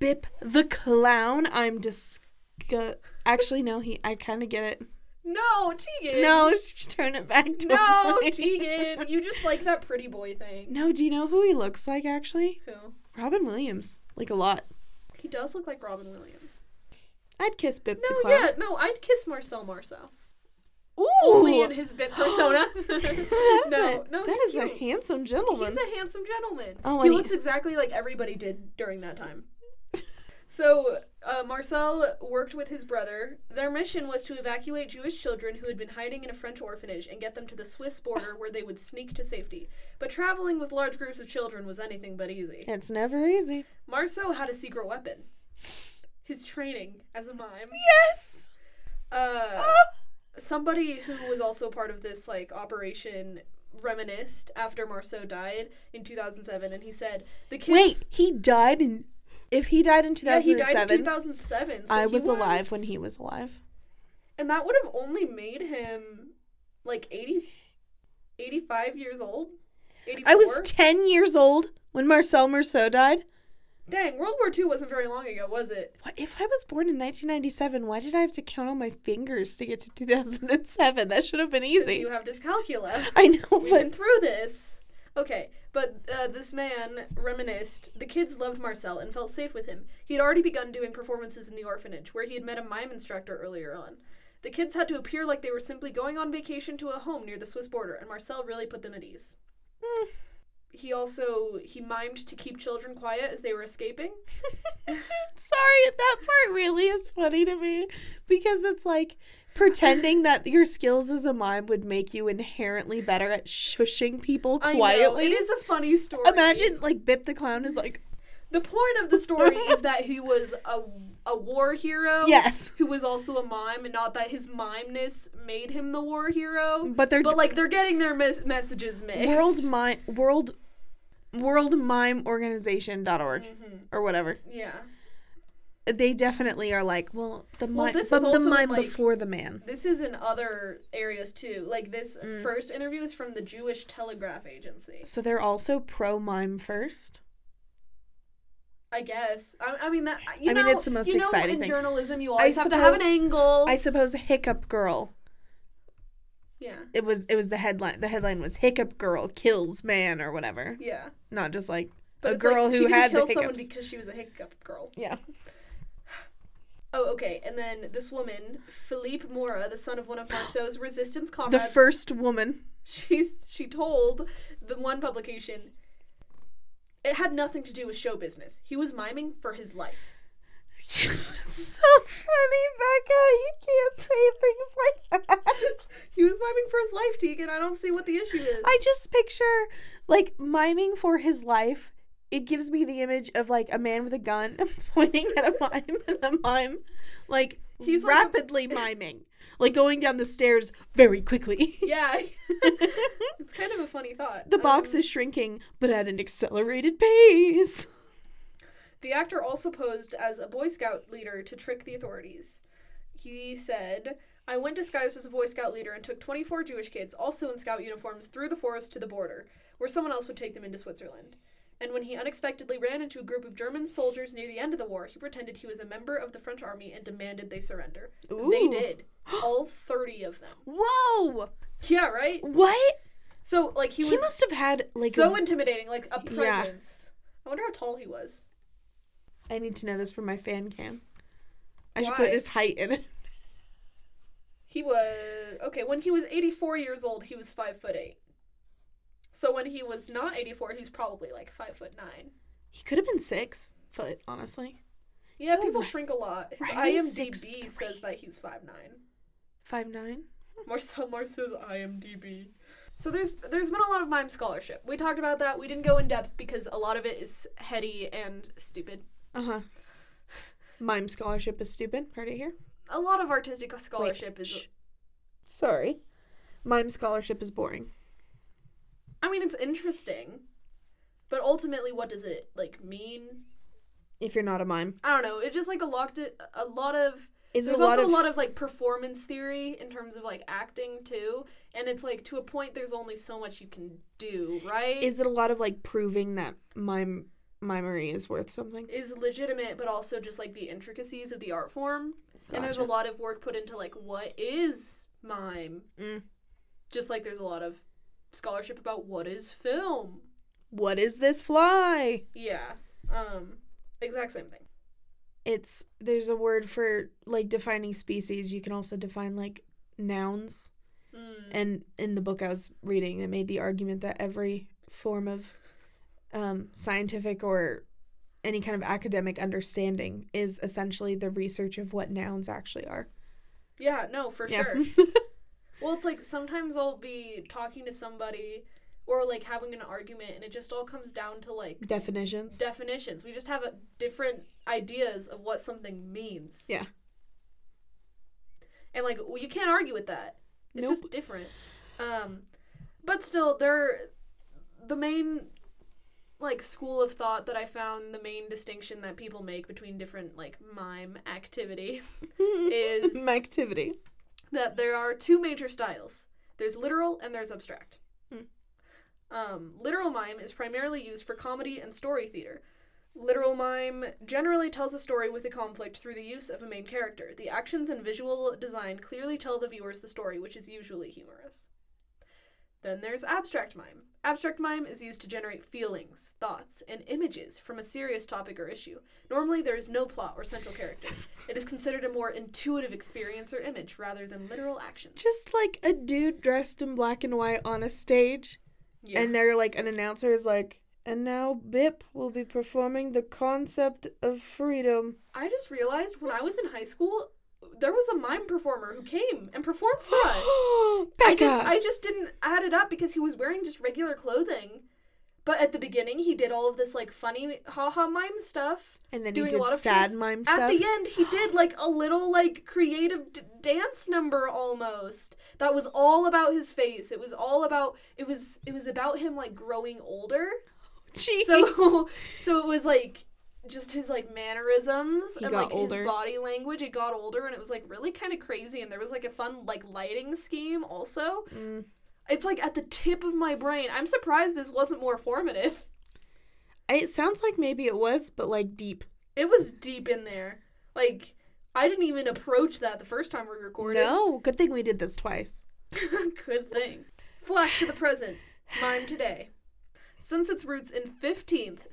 [SPEAKER 1] Bip the clown. I'm disgust. Actually, no. He. I kind of get it.
[SPEAKER 2] No, Tegan. [laughs]
[SPEAKER 1] No, [laughs] sh- turn it back [laughs] to
[SPEAKER 2] No,
[SPEAKER 1] us.
[SPEAKER 2] Tegan, you just like that pretty boy thing.
[SPEAKER 1] [laughs] No, do you know who he looks like? Actually,
[SPEAKER 2] Who?
[SPEAKER 1] Robin Williams. Like a lot.
[SPEAKER 2] He does look like Robin Williams.
[SPEAKER 1] I'd kiss Bip
[SPEAKER 2] No,
[SPEAKER 1] the clown.
[SPEAKER 2] yeah, no, I'd kiss Marcel Marceau.
[SPEAKER 1] Ooh,
[SPEAKER 2] Only in
[SPEAKER 1] [gasps]
[SPEAKER 2] his bit persona.
[SPEAKER 1] [laughs] That is
[SPEAKER 2] [laughs] no,
[SPEAKER 1] a,
[SPEAKER 2] no,
[SPEAKER 1] that
[SPEAKER 2] he's
[SPEAKER 1] is a
[SPEAKER 2] cute.
[SPEAKER 1] handsome gentleman.
[SPEAKER 2] He's a handsome gentleman.
[SPEAKER 1] Oh,
[SPEAKER 2] he
[SPEAKER 1] and he-
[SPEAKER 2] looks exactly like everybody did during
[SPEAKER 1] [laughs]
[SPEAKER 2] that time. so uh, Marcel worked with his brother. Their mission was to evacuate Jewish children who had been hiding in a French orphanage and get them to the Swiss border where they would sneak to safety. But traveling with large groups of children was anything but easy.
[SPEAKER 1] it's never easy.
[SPEAKER 2] Marceau had a secret weapon. His training as a mime.
[SPEAKER 1] Yes. Ah!
[SPEAKER 2] Uh, somebody who was also part of this like operation reminisced after Marceau died in 2007, and he said the kids.
[SPEAKER 1] Wait, he died in. If he died in
[SPEAKER 2] yeah, he died
[SPEAKER 1] 2007,
[SPEAKER 2] in 2007. So
[SPEAKER 1] I
[SPEAKER 2] he
[SPEAKER 1] was, alive when he was alive.
[SPEAKER 2] and that would have only made him like 80, 85 years old. 84?
[SPEAKER 1] I was 10 years old when Marcel Marceau died.
[SPEAKER 2] dang. World War II wasn't very long ago, was it?
[SPEAKER 1] What if I was born in 1997? Why did I have to count on my fingers to get to 2007? That should have been
[SPEAKER 2] 'Cause
[SPEAKER 1] easy.
[SPEAKER 2] You have dyscalculia.
[SPEAKER 1] I
[SPEAKER 2] [laughs]
[SPEAKER 1] know,
[SPEAKER 2] We've been
[SPEAKER 1] but
[SPEAKER 2] through this. Okay, but uh, this man reminisced. The kids loved Marcel and felt safe with him. He had already begun doing performances in the orphanage, where he had met a mime instructor earlier on. The kids had to appear like they were simply going on vacation to a home near the Swiss border, and Marcel really put them at ease.
[SPEAKER 1] Hmm.
[SPEAKER 2] He also he mimed to keep children quiet as they
[SPEAKER 1] [laughs]
[SPEAKER 2] were escaping.
[SPEAKER 1] sorry, that part really is funny to me because it's like pretending that your skills as a mime would make you inherently better at shushing people
[SPEAKER 2] I know,
[SPEAKER 1] quietly.
[SPEAKER 2] it is a funny story.
[SPEAKER 1] Imagine like Bip the clown is like,
[SPEAKER 2] the point of the story
[SPEAKER 1] [laughs]
[SPEAKER 2] is that he was a a war hero.
[SPEAKER 1] yes,
[SPEAKER 2] who was also a mime, and not that his mimeness made him the war hero,
[SPEAKER 1] but they're
[SPEAKER 2] but like they're getting their mes- messages mixed.
[SPEAKER 1] world mime world world mime organization.org
[SPEAKER 2] Mm-hmm.
[SPEAKER 1] or whatever.
[SPEAKER 2] yeah,
[SPEAKER 1] They definitely are like, well, the mime,
[SPEAKER 2] this
[SPEAKER 1] but
[SPEAKER 2] is
[SPEAKER 1] the
[SPEAKER 2] also,
[SPEAKER 1] mime
[SPEAKER 2] like-
[SPEAKER 1] before the man.
[SPEAKER 2] this is in other areas too. Like this
[SPEAKER 1] Mm.
[SPEAKER 2] first interview is from the Jewish Telegraph Agency.
[SPEAKER 1] So they're also pro mime first.
[SPEAKER 2] I guess. I, I mean that. You
[SPEAKER 1] I mean,
[SPEAKER 2] know-
[SPEAKER 1] it's the most
[SPEAKER 2] you know,
[SPEAKER 1] exciting
[SPEAKER 2] in
[SPEAKER 1] thing.
[SPEAKER 2] journalism, you always have to have an
[SPEAKER 1] suppose-
[SPEAKER 2] angle.
[SPEAKER 1] I suppose Hiccup Girl
[SPEAKER 2] yeah.
[SPEAKER 1] it was it was the headline the headline was hiccup girl kills man or whatever
[SPEAKER 2] Yeah.
[SPEAKER 1] not just like
[SPEAKER 2] But
[SPEAKER 1] a
[SPEAKER 2] it's like,
[SPEAKER 1] girl
[SPEAKER 2] she
[SPEAKER 1] who
[SPEAKER 2] didn't
[SPEAKER 1] had the
[SPEAKER 2] kill someone
[SPEAKER 1] hiccups
[SPEAKER 2] because she was a hiccup girl.
[SPEAKER 1] yeah
[SPEAKER 2] Oh, okay. And then this woman, Philippe Mora, the son of one of Marceau's resistance
[SPEAKER 1] the
[SPEAKER 2] comrades,
[SPEAKER 1] first woman [laughs]
[SPEAKER 2] she's she told the one publication it had nothing to do with show business. He was miming for his life.
[SPEAKER 1] so funny becca you can't say things like that
[SPEAKER 2] He was miming for his life, Tegan. I don't see what the issue is.
[SPEAKER 1] i just picture like miming for his life it gives me the image of like a man with a gun [laughs] pointing at a mime and the mime like
[SPEAKER 2] He's
[SPEAKER 1] he's
[SPEAKER 2] like a-
[SPEAKER 1] rapidly miming like going down the stairs very quickly
[SPEAKER 2] [laughs] yeah. it's kind of a funny
[SPEAKER 1] [laughs]
[SPEAKER 2] thought.
[SPEAKER 1] The box
[SPEAKER 2] Um,
[SPEAKER 1] is shrinking, but at an accelerated pace.
[SPEAKER 2] The actor also posed as a Boy Scout leader to trick the authorities. He said, I went disguised as a Boy Scout leader and took 24 Jewish kids, also in Scout uniforms, through the forest to the border, where someone else would take them into Switzerland. And when he unexpectedly ran into a group of German soldiers near the end of the war, he pretended he was a member of the French army and demanded they surrender. They
[SPEAKER 1] Ooh.
[SPEAKER 2] did. All 30 of them.
[SPEAKER 1] Whoa!
[SPEAKER 2] Yeah, right?
[SPEAKER 1] What?
[SPEAKER 2] So, like, he
[SPEAKER 1] He,
[SPEAKER 2] was
[SPEAKER 1] must have had like.
[SPEAKER 2] so
[SPEAKER 1] a-
[SPEAKER 2] intimidating, like a
[SPEAKER 1] Yeah.
[SPEAKER 2] presence. I wonder how tall he was.
[SPEAKER 1] I need to know this for my fan cam. I should
[SPEAKER 2] Why?
[SPEAKER 1] put his height in it.
[SPEAKER 2] He was okay when he was 84 years old. He was five foot eight. So when he was not 84, he's probably like five foot nine.
[SPEAKER 1] He could have been six foot, honestly.
[SPEAKER 2] Yeah,
[SPEAKER 1] Oh,
[SPEAKER 2] people
[SPEAKER 1] right.
[SPEAKER 2] shrink a lot. His
[SPEAKER 1] Right, he's
[SPEAKER 2] IMDb
[SPEAKER 1] 6'3".
[SPEAKER 2] says that he's five nine.
[SPEAKER 1] Five nine.
[SPEAKER 2] Marcel Mars says IMDb. So there's there's been a lot of mime scholarship. We talked about that. We didn't go in depth because a lot of it is heady and stupid.
[SPEAKER 1] Uh huh. Mime scholarship is stupid. Heard it here.
[SPEAKER 2] A lot of artistic scholarship is.
[SPEAKER 1] shh. Sorry. Mime scholarship is boring.
[SPEAKER 2] I mean, it's interesting, but ultimately, what does it like mean?
[SPEAKER 1] If you're not a mime,
[SPEAKER 2] I don't know. It just like a lot a lot of
[SPEAKER 1] it's
[SPEAKER 2] there's
[SPEAKER 1] a lot
[SPEAKER 2] also
[SPEAKER 1] of.
[SPEAKER 2] a lot of like performance theory in terms of like acting too, and it's like to a point there's only so much you can do, right?
[SPEAKER 1] is it a lot of like proving that mime mimery is worth something?
[SPEAKER 2] is legitimate, but also just like the intricacies of the art form. And there's a
[SPEAKER 1] Gotcha.
[SPEAKER 2] lot of work put into like what is mime,
[SPEAKER 1] Mm.
[SPEAKER 2] just like there's a lot of scholarship about what is film.
[SPEAKER 1] What is this fly?
[SPEAKER 2] Yeah, um, exact same thing.
[SPEAKER 1] It's there's a word for like defining species. You can also define like nouns.
[SPEAKER 2] Mm.
[SPEAKER 1] and in the book I was reading, it made the argument that every form of um, scientific or any kind of academic understanding is essentially the research of what nouns actually are.
[SPEAKER 2] Yeah, no, for sure.
[SPEAKER 1] [laughs] Sure.
[SPEAKER 2] Well, it's like sometimes I'll be talking to somebody or like having an argument, and it just all comes down to like
[SPEAKER 1] Definitions.
[SPEAKER 2] definitions. We just have a, different ideas of what something means.
[SPEAKER 1] Yeah.
[SPEAKER 2] And like well, you can't argue with that. It's
[SPEAKER 1] Nope.
[SPEAKER 2] just different. Um, but still, there, the main like school of thought that I found the main distinction that people make between different like mime activity
[SPEAKER 1] [laughs]
[SPEAKER 2] is
[SPEAKER 1] My activity.
[SPEAKER 2] that there are two major styles there's literal and there's abstract.
[SPEAKER 1] Hmm.
[SPEAKER 2] Um, literal mime is primarily used for comedy and story theater. Literal mime generally tells a story with a conflict through the use of a main character. The actions and visual design clearly tell the viewers the story, which is usually humorous. Then there's abstract mime. Abstract mime is used to generate feelings, thoughts, and images from a serious topic or issue. Normally, there is no plot or central character. It is considered a more intuitive experience or image rather than literal actions.
[SPEAKER 1] Just like a dude dressed in black and white on a stage,
[SPEAKER 2] Yeah.
[SPEAKER 1] and they're like, an announcer is like, and now Bip will be performing the concept of [gasps] freedom.
[SPEAKER 2] I just realized when I was in high school, there was a mime performer who came and performed for us.
[SPEAKER 1] [gasps]
[SPEAKER 2] I
[SPEAKER 1] Becca!
[SPEAKER 2] just I just didn't add it up because he was wearing just regular clothing. But at the beginning, he did all of this like funny haha mime stuff.
[SPEAKER 1] and then he
[SPEAKER 2] doing a
[SPEAKER 1] did
[SPEAKER 2] lot of
[SPEAKER 1] sad
[SPEAKER 2] tricks.
[SPEAKER 1] mime stuff.
[SPEAKER 2] At the end, he did like a little like creative d- dance number almost. That was all about his face. It was all about it was it was about him like growing older.
[SPEAKER 1] [laughs] Jeez.
[SPEAKER 2] So so it was like just his like mannerisms
[SPEAKER 1] He
[SPEAKER 2] and
[SPEAKER 1] got
[SPEAKER 2] like
[SPEAKER 1] older.
[SPEAKER 2] his body language. It got older and it was like really kind of crazy. And there was like a fun like lighting scheme also.
[SPEAKER 1] Mm.
[SPEAKER 2] It's like at the tip of my brain. I'm surprised this wasn't more formative.
[SPEAKER 1] It sounds like maybe it was, but like deep.
[SPEAKER 2] It was deep in there. Like I didn't even approach that the first time we recorded.
[SPEAKER 1] No, good thing we did this twice.
[SPEAKER 2] [laughs] Good thing. Flash to the present. Mime today. Since its roots in 15th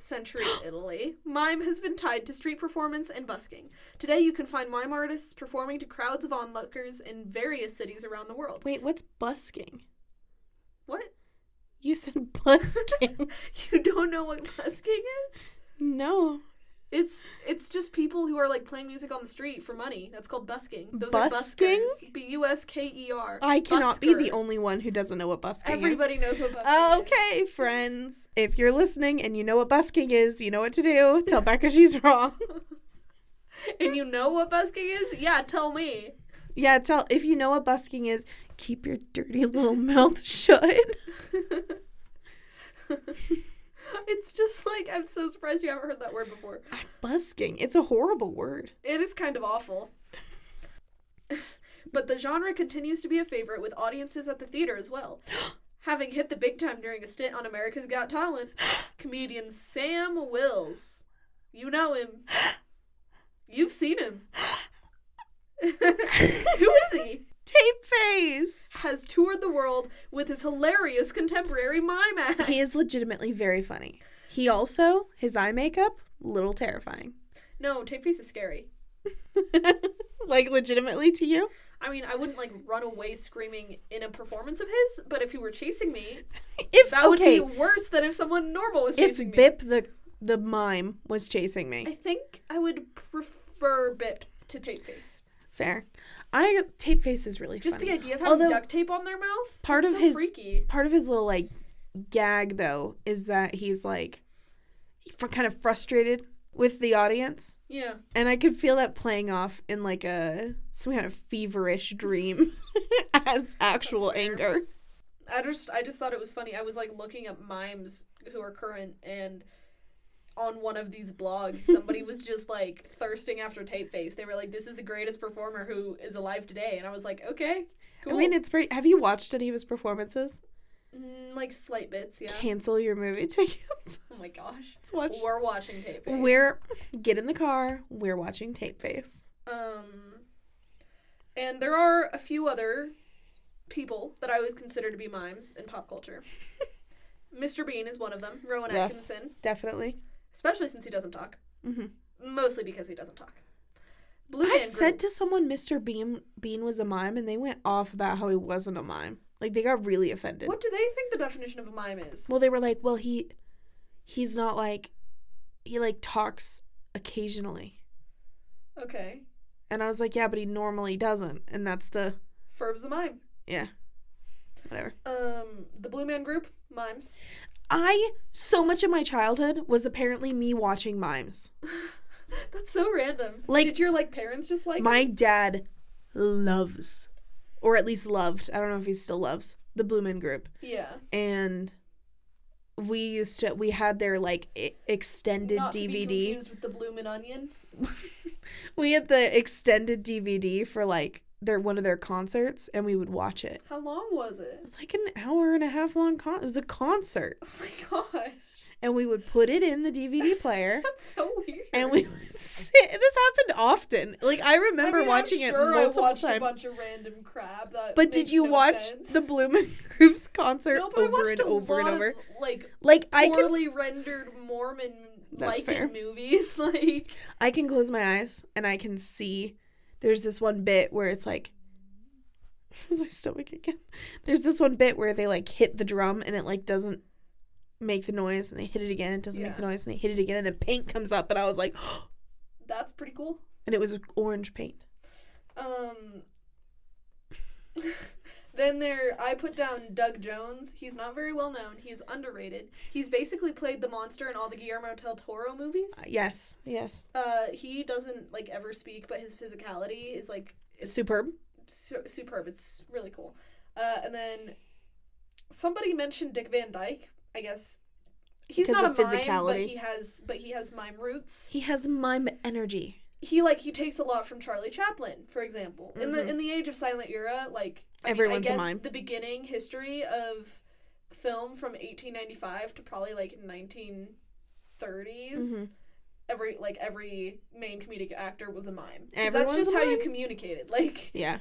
[SPEAKER 1] [gasps]
[SPEAKER 2] century Italy, mime has been tied to street performance and busking. Today, you can find mime artists performing to crowds of onlookers in various cities around the world.
[SPEAKER 1] Wait, what's busking?
[SPEAKER 2] What? [laughs]
[SPEAKER 1] You said [laughs] busking.
[SPEAKER 2] You don't know what busking is?
[SPEAKER 1] no.
[SPEAKER 2] It's it's just people who are like playing music on the street for money. That's called busking. Those
[SPEAKER 1] Busking?
[SPEAKER 2] are buskers. B U S K E R.
[SPEAKER 1] I cannot be the Oh,
[SPEAKER 2] Busker.
[SPEAKER 1] only one who doesn't know what busking is.
[SPEAKER 2] Everybody knows what busking is.
[SPEAKER 1] Okay, friends. If you're listening and you know what busking is, you know what to do. Tell Becca she's [laughs] wrong.
[SPEAKER 2] And you know what busking is? Yeah, tell me.
[SPEAKER 1] Yeah, tell if you know what busking is, [laughs] keep your dirty little mouth shut.
[SPEAKER 2] [laughs] It's just like I'm so surprised you haven't heard that word before.
[SPEAKER 1] Busking. It's a horrible word.
[SPEAKER 2] It is kind of awful. but the genre continues to be a favorite with audiences at the theater as well. Having hit the big time during a stint on America's Got Talent, comedian Sam Wills. You know him. You've seen him. Who is he?
[SPEAKER 1] Tape face.
[SPEAKER 2] Has toured the world with his hilarious contemporary mime act.
[SPEAKER 1] He is legitimately very funny. He also, his eye makeup, little terrifying. [laughs]
[SPEAKER 2] No, Tapeface is scary.
[SPEAKER 1] like legitimately to you?
[SPEAKER 2] I mean, I wouldn't like run away screaming in a performance of his, but if he were chasing me,
[SPEAKER 1] If
[SPEAKER 2] that
[SPEAKER 1] okay,
[SPEAKER 2] would be worse than if someone normal was
[SPEAKER 1] if
[SPEAKER 2] chasing me.
[SPEAKER 1] Bip the the mime was chasing me.
[SPEAKER 2] I think I would prefer Bip to Tape Face.
[SPEAKER 1] Fair. I tape face is really
[SPEAKER 2] Just
[SPEAKER 1] funny.
[SPEAKER 2] the idea of having
[SPEAKER 1] Although-
[SPEAKER 2] duct tape on their mouth.
[SPEAKER 1] part
[SPEAKER 2] that's
[SPEAKER 1] of
[SPEAKER 2] so
[SPEAKER 1] his-
[SPEAKER 2] freaky.
[SPEAKER 1] Part of his little like gag though is that he's like fr- kind of frustrated with the audience.
[SPEAKER 2] Yeah.
[SPEAKER 1] And I could feel that playing off in like a some kind of feverish dream [laughs] as actual
[SPEAKER 2] fair.
[SPEAKER 1] anger.
[SPEAKER 2] I just I just thought it was funny. I was like looking at mimes who are current and on one of these blogs somebody was just like thirsting after tape face. They were like, This is the greatest performer who is alive today and I was like, Okay, cool.
[SPEAKER 1] I mean, it's pretty. Have you watched any of his performances?
[SPEAKER 2] Mm, like slight bits, yeah.
[SPEAKER 1] Cancel your movie [laughs] tickets.
[SPEAKER 2] [laughs] Oh my gosh.
[SPEAKER 1] Let's watch.
[SPEAKER 2] We're watching tape face.
[SPEAKER 1] We're get in the car. We're watching Tape Face.
[SPEAKER 2] Um, and there are a few other people that I would consider to be mimes in
[SPEAKER 1] [laughs]
[SPEAKER 2] pop culture. Mr. Bean is one of them, Rowan
[SPEAKER 1] Yes.
[SPEAKER 2] Atkinson,
[SPEAKER 1] Definitely.
[SPEAKER 2] especially since he doesn't talk.
[SPEAKER 1] hmm
[SPEAKER 2] Mostly because he doesn't talk. Blue
[SPEAKER 1] I
[SPEAKER 2] Man
[SPEAKER 1] said
[SPEAKER 2] Group.
[SPEAKER 1] to someone Mr. Bean Bean was a mime, and they went off about how he wasn't a mime. Like they got really offended.
[SPEAKER 2] What do they think the definition of a mime is?
[SPEAKER 1] Well, they were like, "Well, he he's not like he like talks occasionally,"
[SPEAKER 2] okay.
[SPEAKER 1] and I was like, "Yeah, but he normally doesn't," and that's the
[SPEAKER 2] Ferb's a mime.
[SPEAKER 1] yeah, whatever.
[SPEAKER 2] Um, the Blue Man Group, mimes. [laughs]
[SPEAKER 1] I so much of my childhood was apparently me watching mimes.
[SPEAKER 2] That's so random.
[SPEAKER 1] Like-
[SPEAKER 2] Did your like parents just like
[SPEAKER 1] My dad loves, or at least loved. I don't know if he still loves the Blue Men Group,
[SPEAKER 2] Yeah.
[SPEAKER 1] and we used to we had their like e- extended
[SPEAKER 2] Not to be
[SPEAKER 1] DVD.
[SPEAKER 2] confused with the Bloomin' Onion.
[SPEAKER 1] we had the extended DVD for like their one of their concerts, and we would watch it.
[SPEAKER 2] How long was it?
[SPEAKER 1] It was like an hour and a half long con. It was a concert,
[SPEAKER 2] Oh [laughs] my gosh.
[SPEAKER 1] and we would put it in the DVD
[SPEAKER 2] [laughs]
[SPEAKER 1] player.
[SPEAKER 2] That's so weird.
[SPEAKER 1] And we would sit. This happened often. Like I remember
[SPEAKER 2] I mean, I'm
[SPEAKER 1] watching
[SPEAKER 2] sure
[SPEAKER 1] it multiple
[SPEAKER 2] I watched
[SPEAKER 1] times.
[SPEAKER 2] A bunch of random crap. That
[SPEAKER 1] But did
[SPEAKER 2] makes
[SPEAKER 1] you
[SPEAKER 2] no
[SPEAKER 1] watch
[SPEAKER 2] sense.
[SPEAKER 1] the Bloomin' [laughs] Group's concert
[SPEAKER 2] No, but I
[SPEAKER 1] over and
[SPEAKER 2] watched a
[SPEAKER 1] over and
[SPEAKER 2] lot
[SPEAKER 1] over?
[SPEAKER 2] Of, like
[SPEAKER 1] like I can,
[SPEAKER 2] poorly rendered Mormon
[SPEAKER 1] That's
[SPEAKER 2] like
[SPEAKER 1] fair.
[SPEAKER 2] movies. [laughs] Like
[SPEAKER 1] I can close my eyes and I can see. There's this one bit where it's like, [laughs] is my stomach again? There's this one bit where they like hit the drum and it like doesn't make the noise, and they hit it again, it doesn't make the noise, and they hit it again, and then paint comes up, and I was like, [gasps]
[SPEAKER 2] that's pretty cool.
[SPEAKER 1] and it was orange paint.
[SPEAKER 2] Um. [laughs] then there, I put down Doug Jones. He's not very well known. He's underrated. He's basically played the monster in all the Guillermo del Toro movies.
[SPEAKER 1] Yes, yes,
[SPEAKER 2] Uh, he doesn't like ever speak, but his physicality is like
[SPEAKER 1] superb.
[SPEAKER 2] su- superb. It's really cool. Uh, and then somebody mentioned Dick Van Dyke. I guess he's
[SPEAKER 1] Because
[SPEAKER 2] not
[SPEAKER 1] of
[SPEAKER 2] a mime, but
[SPEAKER 1] physicality.
[SPEAKER 2] he has but he has mime roots.
[SPEAKER 1] He has mime energy.
[SPEAKER 2] He like he takes a lot from Charlie Chaplin, for example. In the in the age of silent era, like I mean,
[SPEAKER 1] Mm-hmm. Everyone's a
[SPEAKER 2] I guess
[SPEAKER 1] mime.
[SPEAKER 2] The beginning history of film from 1895 to probably like 1930s.
[SPEAKER 1] Mhm.
[SPEAKER 2] Every like every main comedic actor was a mime. 'Cause That's
[SPEAKER 1] Everyone's
[SPEAKER 2] just
[SPEAKER 1] a
[SPEAKER 2] how you
[SPEAKER 1] mime.
[SPEAKER 2] communicated, like
[SPEAKER 1] Yeah,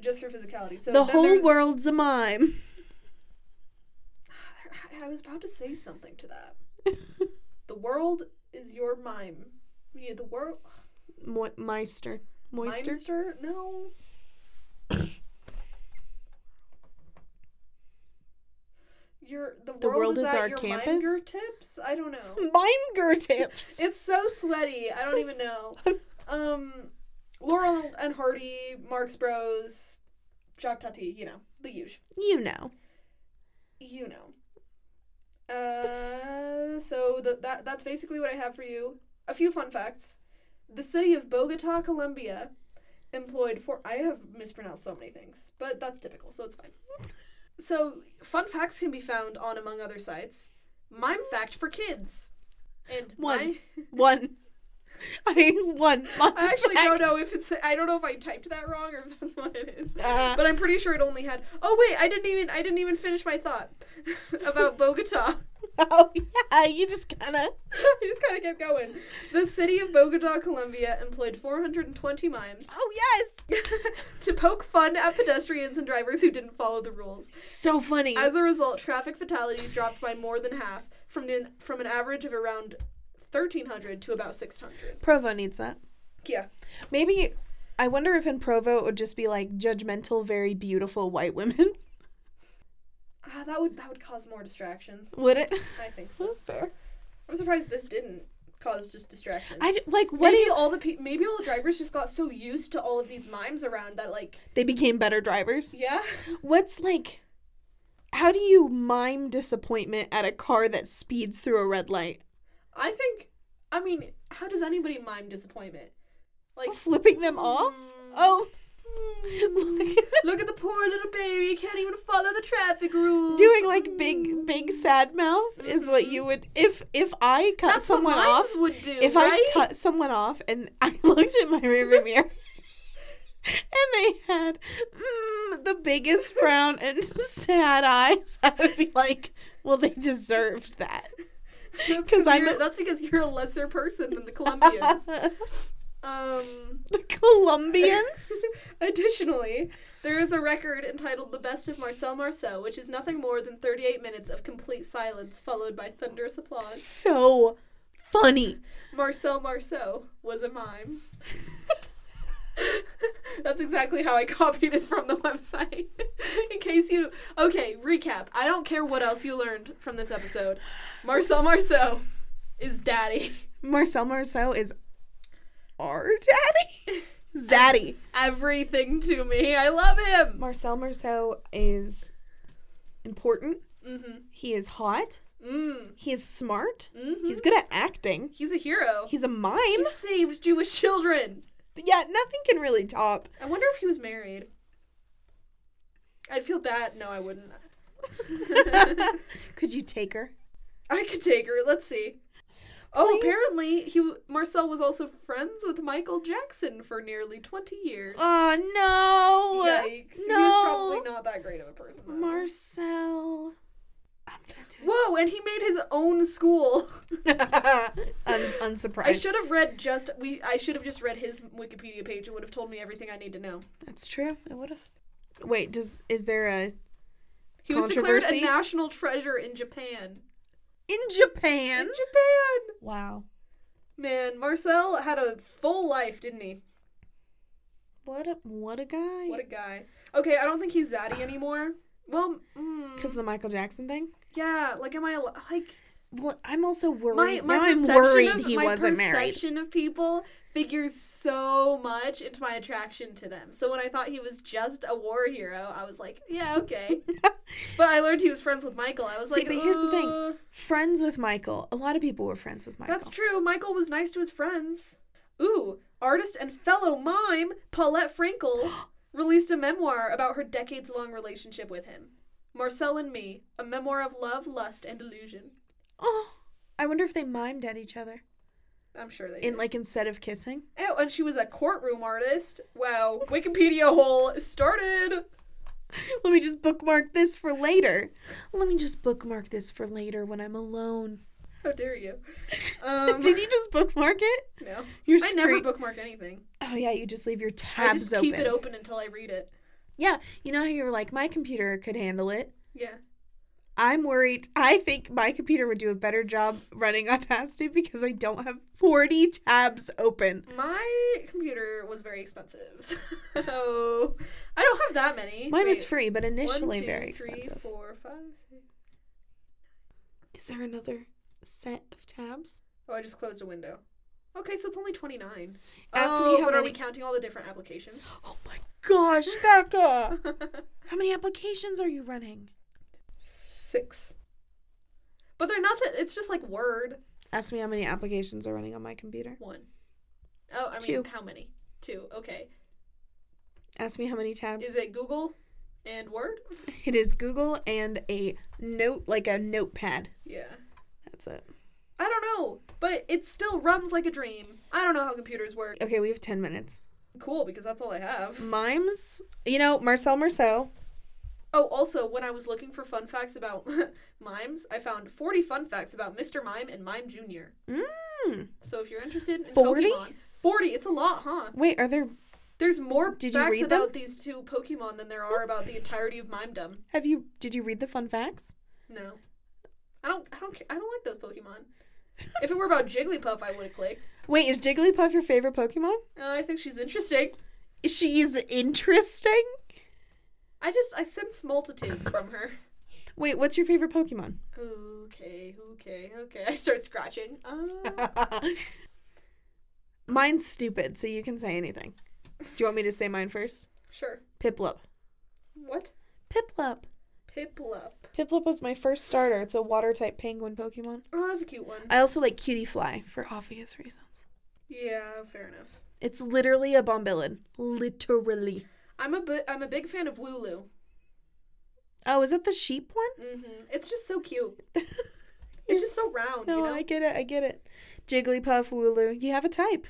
[SPEAKER 2] just through physicality. So
[SPEAKER 1] the
[SPEAKER 2] then
[SPEAKER 1] whole
[SPEAKER 2] there's-
[SPEAKER 1] world's a mime.
[SPEAKER 2] I was about to say something to that. [laughs] the world is your mime. Yeah, the world.
[SPEAKER 1] Mo- Meister, moister.
[SPEAKER 2] Mimester? No. Your the, world, is, our your campus. tips? I don't [laughs] know.
[SPEAKER 1] Mime tips.
[SPEAKER 2] It's so sweaty. I don't even [laughs] know. Um, Laurel and Hardy, Marx Bros, Jacques Tati. You know the huge.
[SPEAKER 1] [laughs] you know.
[SPEAKER 2] you know. Uh, so the, that that's basically what I have for you. A few fun facts. The city of Bogota, Colombia, employed for I have mispronounced so many things, but that's typical, so it's fine. So fun facts can be found on among other sites. mime fact for kids. And
[SPEAKER 1] One.
[SPEAKER 2] my-
[SPEAKER 1] One. I one.
[SPEAKER 2] I actually don't know if it's. I don't know if I typed that wrong or if that's what it is.
[SPEAKER 1] Uh.
[SPEAKER 2] but I'm pretty sure it only had. Oh wait, I didn't even. I didn't even finish my thought [laughs] about Bogota.
[SPEAKER 1] Oh yeah, you just kind of.
[SPEAKER 2] [laughs] I just kind of kept going. The city of Bogota, Colombia, employed 420 mimes [laughs]
[SPEAKER 1] Oh yes,
[SPEAKER 2] to poke fun at pedestrians and drivers who didn't follow the rules.
[SPEAKER 1] so funny.
[SPEAKER 2] As a result, traffic fatalities dropped by more than half from the from an average of around 1,300 to about 600.
[SPEAKER 1] Provo needs that.
[SPEAKER 2] Yeah.
[SPEAKER 1] Maybe I wonder if in Provo it would just be like judgmental, very beautiful white women. [laughs]
[SPEAKER 2] Ah, that would that would cause more distractions.
[SPEAKER 1] would it?
[SPEAKER 2] I think so.
[SPEAKER 1] Fair.
[SPEAKER 2] I'm surprised this didn't cause just distractions.
[SPEAKER 1] I d- like what do
[SPEAKER 2] maybe
[SPEAKER 1] you?
[SPEAKER 2] all the pe- maybe all the drivers just got so used to all of these mimes around that like
[SPEAKER 1] They became better drivers.
[SPEAKER 2] yeah [laughs]
[SPEAKER 1] What's like? How do you mime disappointment at a car that speeds through a red light?
[SPEAKER 2] I think I mean how does anybody mime disappointment like
[SPEAKER 1] Flipping them off? Oh. [laughs] Like-
[SPEAKER 2] look at the poor little baby can't even follow the traffic rules
[SPEAKER 1] doing like big big sad mouth is what you would if if I cut
[SPEAKER 2] that's
[SPEAKER 1] someone
[SPEAKER 2] what
[SPEAKER 1] off
[SPEAKER 2] mimes would do
[SPEAKER 1] if
[SPEAKER 2] right?
[SPEAKER 1] I cut someone off and I [laughs] looked at my rearview mirror and they had mm, the biggest frown and [laughs] sad eyes, I would be like, well, they deserved that.
[SPEAKER 2] That's
[SPEAKER 1] 'Cause I'm
[SPEAKER 2] you're-
[SPEAKER 1] a-
[SPEAKER 2] that's because you're a lesser person than
[SPEAKER 1] [laughs]
[SPEAKER 2] the Colombians.
[SPEAKER 1] the
[SPEAKER 2] um,
[SPEAKER 1] [laughs] Colombians?
[SPEAKER 2] [laughs] Additionally, there is a record entitled The Best of Marcel Marceau, which is nothing more than 38 minutes of complete silence followed by thunderous applause.
[SPEAKER 1] so funny.
[SPEAKER 2] Marcel Marceau was a mime. [laughs] That's exactly how I copied it from the website. [laughs] In case you. Okay, recap. I don't care what else you learned from this episode. Marcel Marceau is daddy.
[SPEAKER 1] Marcel Marceau is our [laughs] daddy. Zaddy.
[SPEAKER 2] Everything to me. I love him.
[SPEAKER 1] Marcel Marceau is important.
[SPEAKER 2] Mm-hmm.
[SPEAKER 1] He is hot.
[SPEAKER 2] Mm.
[SPEAKER 1] He is smart.
[SPEAKER 2] Mm-hmm.
[SPEAKER 1] He's good at acting.
[SPEAKER 2] He's a hero.
[SPEAKER 1] He's a mime.
[SPEAKER 2] He saved Jewish children.
[SPEAKER 1] [laughs] yeah, nothing can really top. [laughs]
[SPEAKER 2] I wonder if he was married. I'd feel bad. No, I [laughs] wouldn't.
[SPEAKER 1] Could you take her?
[SPEAKER 2] I could take her. Let's see. Oh,
[SPEAKER 1] Please?
[SPEAKER 2] apparently he Marcel was also friends with Michael Jackson for nearly twenty years.
[SPEAKER 1] Oh
[SPEAKER 2] Yikes! He was probably not that great of a person. though.
[SPEAKER 1] Marcel. I'm gonna do
[SPEAKER 2] Whoa! And he made his own school. [laughs]
[SPEAKER 1] [laughs] it. Un- unsurprised.
[SPEAKER 2] I should have read just we. I should have just read his Wikipedia page. It would have told me everything I need to know.
[SPEAKER 1] That's true. I would have. Wait, does is there a
[SPEAKER 2] He was declared a
[SPEAKER 1] Controversy?
[SPEAKER 2] national treasure in Japan.
[SPEAKER 1] in
[SPEAKER 2] In
[SPEAKER 1] Japan?
[SPEAKER 2] Japan.
[SPEAKER 1] Wow.
[SPEAKER 2] Man, Marcel had a full life, didn't he?
[SPEAKER 1] What a what a guy.
[SPEAKER 2] What a guy. Okay, I don't think he's zaddy anymore. Well, mm,
[SPEAKER 1] Because the Michael Jackson thing.
[SPEAKER 2] yeah, like am I al- like
[SPEAKER 1] Well, I'm also
[SPEAKER 2] my
[SPEAKER 1] worried.
[SPEAKER 2] my
[SPEAKER 1] now I'm
[SPEAKER 2] perception
[SPEAKER 1] worried
[SPEAKER 2] of,
[SPEAKER 1] he
[SPEAKER 2] my
[SPEAKER 1] wasn't married.
[SPEAKER 2] perception of people figures so much into my attraction to them. So when I thought he was just a war hero, I was like, yeah,
[SPEAKER 1] [laughs]
[SPEAKER 2] okay. but I learned he was friends with Michael. I was
[SPEAKER 1] See,
[SPEAKER 2] like,
[SPEAKER 1] but here's the thing.
[SPEAKER 2] "Uh,
[SPEAKER 1] Friends with Michael. A lot of people were friends with Michael.
[SPEAKER 2] That's true. Michael was nice to his friends. Ooh, artist and fellow mime Paulette
[SPEAKER 1] [gasps]
[SPEAKER 2] Frankel released a memoir about her decades long relationship with him. Marcel and Me, a memoir of love, lust, and illusion.
[SPEAKER 1] Oh, I wonder if they mimed at each other.
[SPEAKER 2] I'm sure they
[SPEAKER 1] In
[SPEAKER 2] did.
[SPEAKER 1] like instead of kissing. [laughs]
[SPEAKER 2] Oh, and she was a courtroom artist. Wow, Wikipedia hole started.
[SPEAKER 1] Let me just bookmark this for later. Let me just bookmark this for later when I'm [laughs] alone.
[SPEAKER 2] How dare you? Um,
[SPEAKER 1] [laughs] Did you just bookmark it?
[SPEAKER 2] no,
[SPEAKER 1] You're
[SPEAKER 2] I never
[SPEAKER 1] screen-
[SPEAKER 2] bookmark anything.
[SPEAKER 1] Oh yeah, you just leave your tabs
[SPEAKER 2] I just
[SPEAKER 1] open.
[SPEAKER 2] keep it open until I read it.
[SPEAKER 1] Yeah, you know how you were like, my computer could handle it.
[SPEAKER 2] Yeah.
[SPEAKER 1] I'm worried. [laughs] I think my computer would do a better job running [laughs] Audacity because I don't have 40 tabs open.
[SPEAKER 2] My computer was very expensive. [laughs] So I don't have that many.
[SPEAKER 1] Mine was
[SPEAKER 2] Wait,
[SPEAKER 1] free, but
[SPEAKER 2] one,
[SPEAKER 1] initially
[SPEAKER 2] two,
[SPEAKER 1] very
[SPEAKER 2] three,
[SPEAKER 1] expensive.
[SPEAKER 2] four, five, six.
[SPEAKER 1] Is there another set of tabs? [gasps]
[SPEAKER 2] Oh, I just closed a window. Okay, so it's only 29.
[SPEAKER 1] Ask me
[SPEAKER 2] oh,
[SPEAKER 1] how
[SPEAKER 2] but are we
[SPEAKER 1] many-
[SPEAKER 2] counting all the
[SPEAKER 1] [gasps]
[SPEAKER 2] different applications? [laughs]
[SPEAKER 1] Oh my
[SPEAKER 2] [gasps]
[SPEAKER 1] gosh, Becca! How many applications are you running?
[SPEAKER 2] Six. But they're nothing. It's just like Word.
[SPEAKER 1] Ask me how many applications are running on my computer.
[SPEAKER 2] One. Oh, I mean,
[SPEAKER 1] Two.
[SPEAKER 2] how many? Two. Okay.
[SPEAKER 1] Ask me how many tabs.
[SPEAKER 2] Is it Google and Word?
[SPEAKER 1] It is Google and a note, like a notepad.
[SPEAKER 2] Yeah.
[SPEAKER 1] that's it.
[SPEAKER 2] I don't know, but it still runs like a dream. I don't know how computers work.
[SPEAKER 1] Okay, we have 10 minutes.
[SPEAKER 2] Cool, because that's all I have.
[SPEAKER 1] Mm. Mimes, you know, Marcel Marceau.
[SPEAKER 2] Oh, also, when I was looking for fun facts about [laughs] mimes, I found 40 fun facts about Mr. Mime and Mime Jr.
[SPEAKER 1] Mm.
[SPEAKER 2] So if you're interested in
[SPEAKER 1] 40?
[SPEAKER 2] Pokemon, 40, it's a lot, huh?
[SPEAKER 1] Wait, are there,
[SPEAKER 2] There's more
[SPEAKER 1] Did you
[SPEAKER 2] facts
[SPEAKER 1] read them?
[SPEAKER 2] about these two Pokemon than there are about the entirety of Mimedom.
[SPEAKER 1] have you, did you read the fun facts?
[SPEAKER 2] No. I don't I don't ca- I don't like those Pokemon. If it were about Jigglypuff, I would have clicked.
[SPEAKER 1] Wait, is Jigglypuff your favorite Pokemon?
[SPEAKER 2] Uh, I think she's interesting.
[SPEAKER 1] She's interesting.
[SPEAKER 2] I just I sense multitudes from her.
[SPEAKER 1] Wait, what's your favorite Pokemon?
[SPEAKER 2] Okay, okay, okay. [laughs] I start scratching. Uh,
[SPEAKER 1] Mine's stupid, so you can say anything. Do you want me to say mine first?
[SPEAKER 2] sure.
[SPEAKER 1] Piplup.
[SPEAKER 2] What?
[SPEAKER 1] Piplup.
[SPEAKER 2] Piplup.
[SPEAKER 1] Piplup was my first starter. It's a water type penguin Pokemon.
[SPEAKER 2] Oh, that was a cute one.
[SPEAKER 1] I also like Cutie Fly for obvious reasons.
[SPEAKER 2] Yeah, fair enough.
[SPEAKER 1] It's literally a bombilid. Literally.
[SPEAKER 2] I'm a bi- I'm a big fan of Wooloo.
[SPEAKER 1] Oh, is it the sheep one?
[SPEAKER 2] Mm-hmm. It's just
[SPEAKER 1] [laughs]
[SPEAKER 2] so cute. It's just so round,
[SPEAKER 1] No,
[SPEAKER 2] you know?
[SPEAKER 1] I get it. I get it. Jigglypuff, Wooloo. You have a type.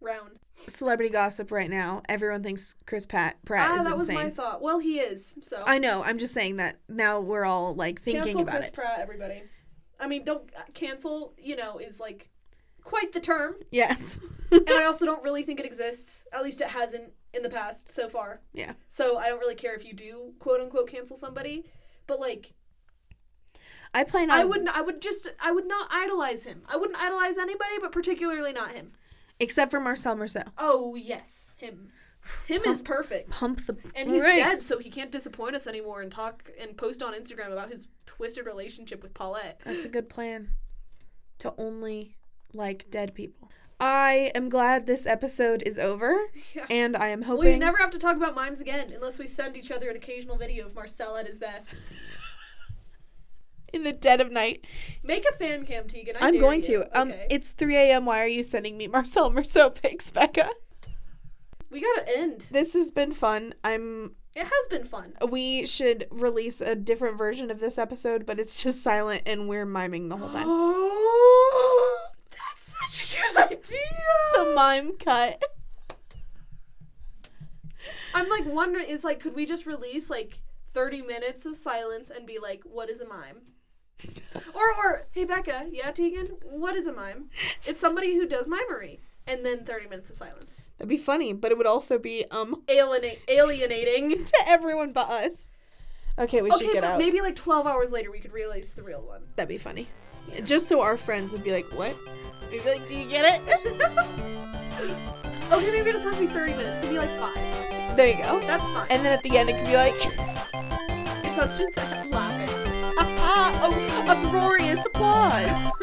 [SPEAKER 2] Round.
[SPEAKER 1] Celebrity gossip right now. Everyone thinks Chris Pat Pratt
[SPEAKER 2] Ah,
[SPEAKER 1] is
[SPEAKER 2] that was
[SPEAKER 1] insane.
[SPEAKER 2] my thought. Well, he is. So
[SPEAKER 1] I know. I'm just saying that now we're all like thinking
[SPEAKER 2] cancel
[SPEAKER 1] about
[SPEAKER 2] Chris
[SPEAKER 1] it.
[SPEAKER 2] Pratt, everybody. I mean, don't uh, cancel. You know, is like quite the term,
[SPEAKER 1] Yes.
[SPEAKER 2] and I also don't really think it exists. At least it hasn't in the past so far.
[SPEAKER 1] [laughs] yeah.
[SPEAKER 2] So I don't really care if you do quote unquote cancel somebody, but like
[SPEAKER 1] I plan on
[SPEAKER 2] I wouldn't. I would just. I would not idolize him. I wouldn't idolize anybody, but particularly not him.
[SPEAKER 1] except for Marcel Marceau.
[SPEAKER 2] Oh yes, him. Him is perfect.
[SPEAKER 1] Pump the
[SPEAKER 2] And he's
[SPEAKER 1] brakes.
[SPEAKER 2] dead, so he can't disappoint us anymore and talk and post on Instagram about his twisted relationship with Paulette.
[SPEAKER 1] That's a good plan. To only like dead people. I am glad this episode is over,
[SPEAKER 2] [laughs] Yeah.
[SPEAKER 1] and I am hoping.
[SPEAKER 2] Well, you never have to talk about mimes again unless we send each other an occasional video of Marcel at
[SPEAKER 1] [laughs]
[SPEAKER 2] his best.
[SPEAKER 1] in the dead of night.
[SPEAKER 2] Make a fan cam, Tegan. I
[SPEAKER 1] I'm
[SPEAKER 2] dare
[SPEAKER 1] going
[SPEAKER 2] you.
[SPEAKER 1] to. Um,
[SPEAKER 2] Okay.
[SPEAKER 1] it's 3 a.m. Why are you sending me [laughs] Marcel Marceau pics, Becca?
[SPEAKER 2] we gotta end.
[SPEAKER 1] This has been fun. I'm.
[SPEAKER 2] It has been fun.
[SPEAKER 1] We should release a different version of this episode, but it's just silent and we're miming the whole [gasps] time. [laughs]
[SPEAKER 2] [gasps] That's such a good idea.
[SPEAKER 1] the mime cut.
[SPEAKER 2] I'm like wondering. It's like, could we just release like 30 minutes of silence and be like, what is a mime? or, or hey Becca, yeah Tegan, what is a mime? It's somebody who does mimery, and then 30 minutes of silence.
[SPEAKER 1] That'd be funny, but it would also be um [laughs]
[SPEAKER 2] Alienate, alienating.
[SPEAKER 1] to everyone but us. Okay, we should
[SPEAKER 2] Okay,
[SPEAKER 1] get
[SPEAKER 2] but
[SPEAKER 1] out.
[SPEAKER 2] maybe like 12 hours later we could release the real one.
[SPEAKER 1] That'd be funny. Just so our friends would be like, what? We'd be like, do you get it? [laughs]
[SPEAKER 2] Okay, maybe it doesn't have to be 30 minutes. It could be like five.
[SPEAKER 1] there you go.
[SPEAKER 2] That's fine.
[SPEAKER 1] And then at the end, it could be like, [laughs]
[SPEAKER 2] it's us just laughing.
[SPEAKER 1] ah, ah, oh, uproarious applause.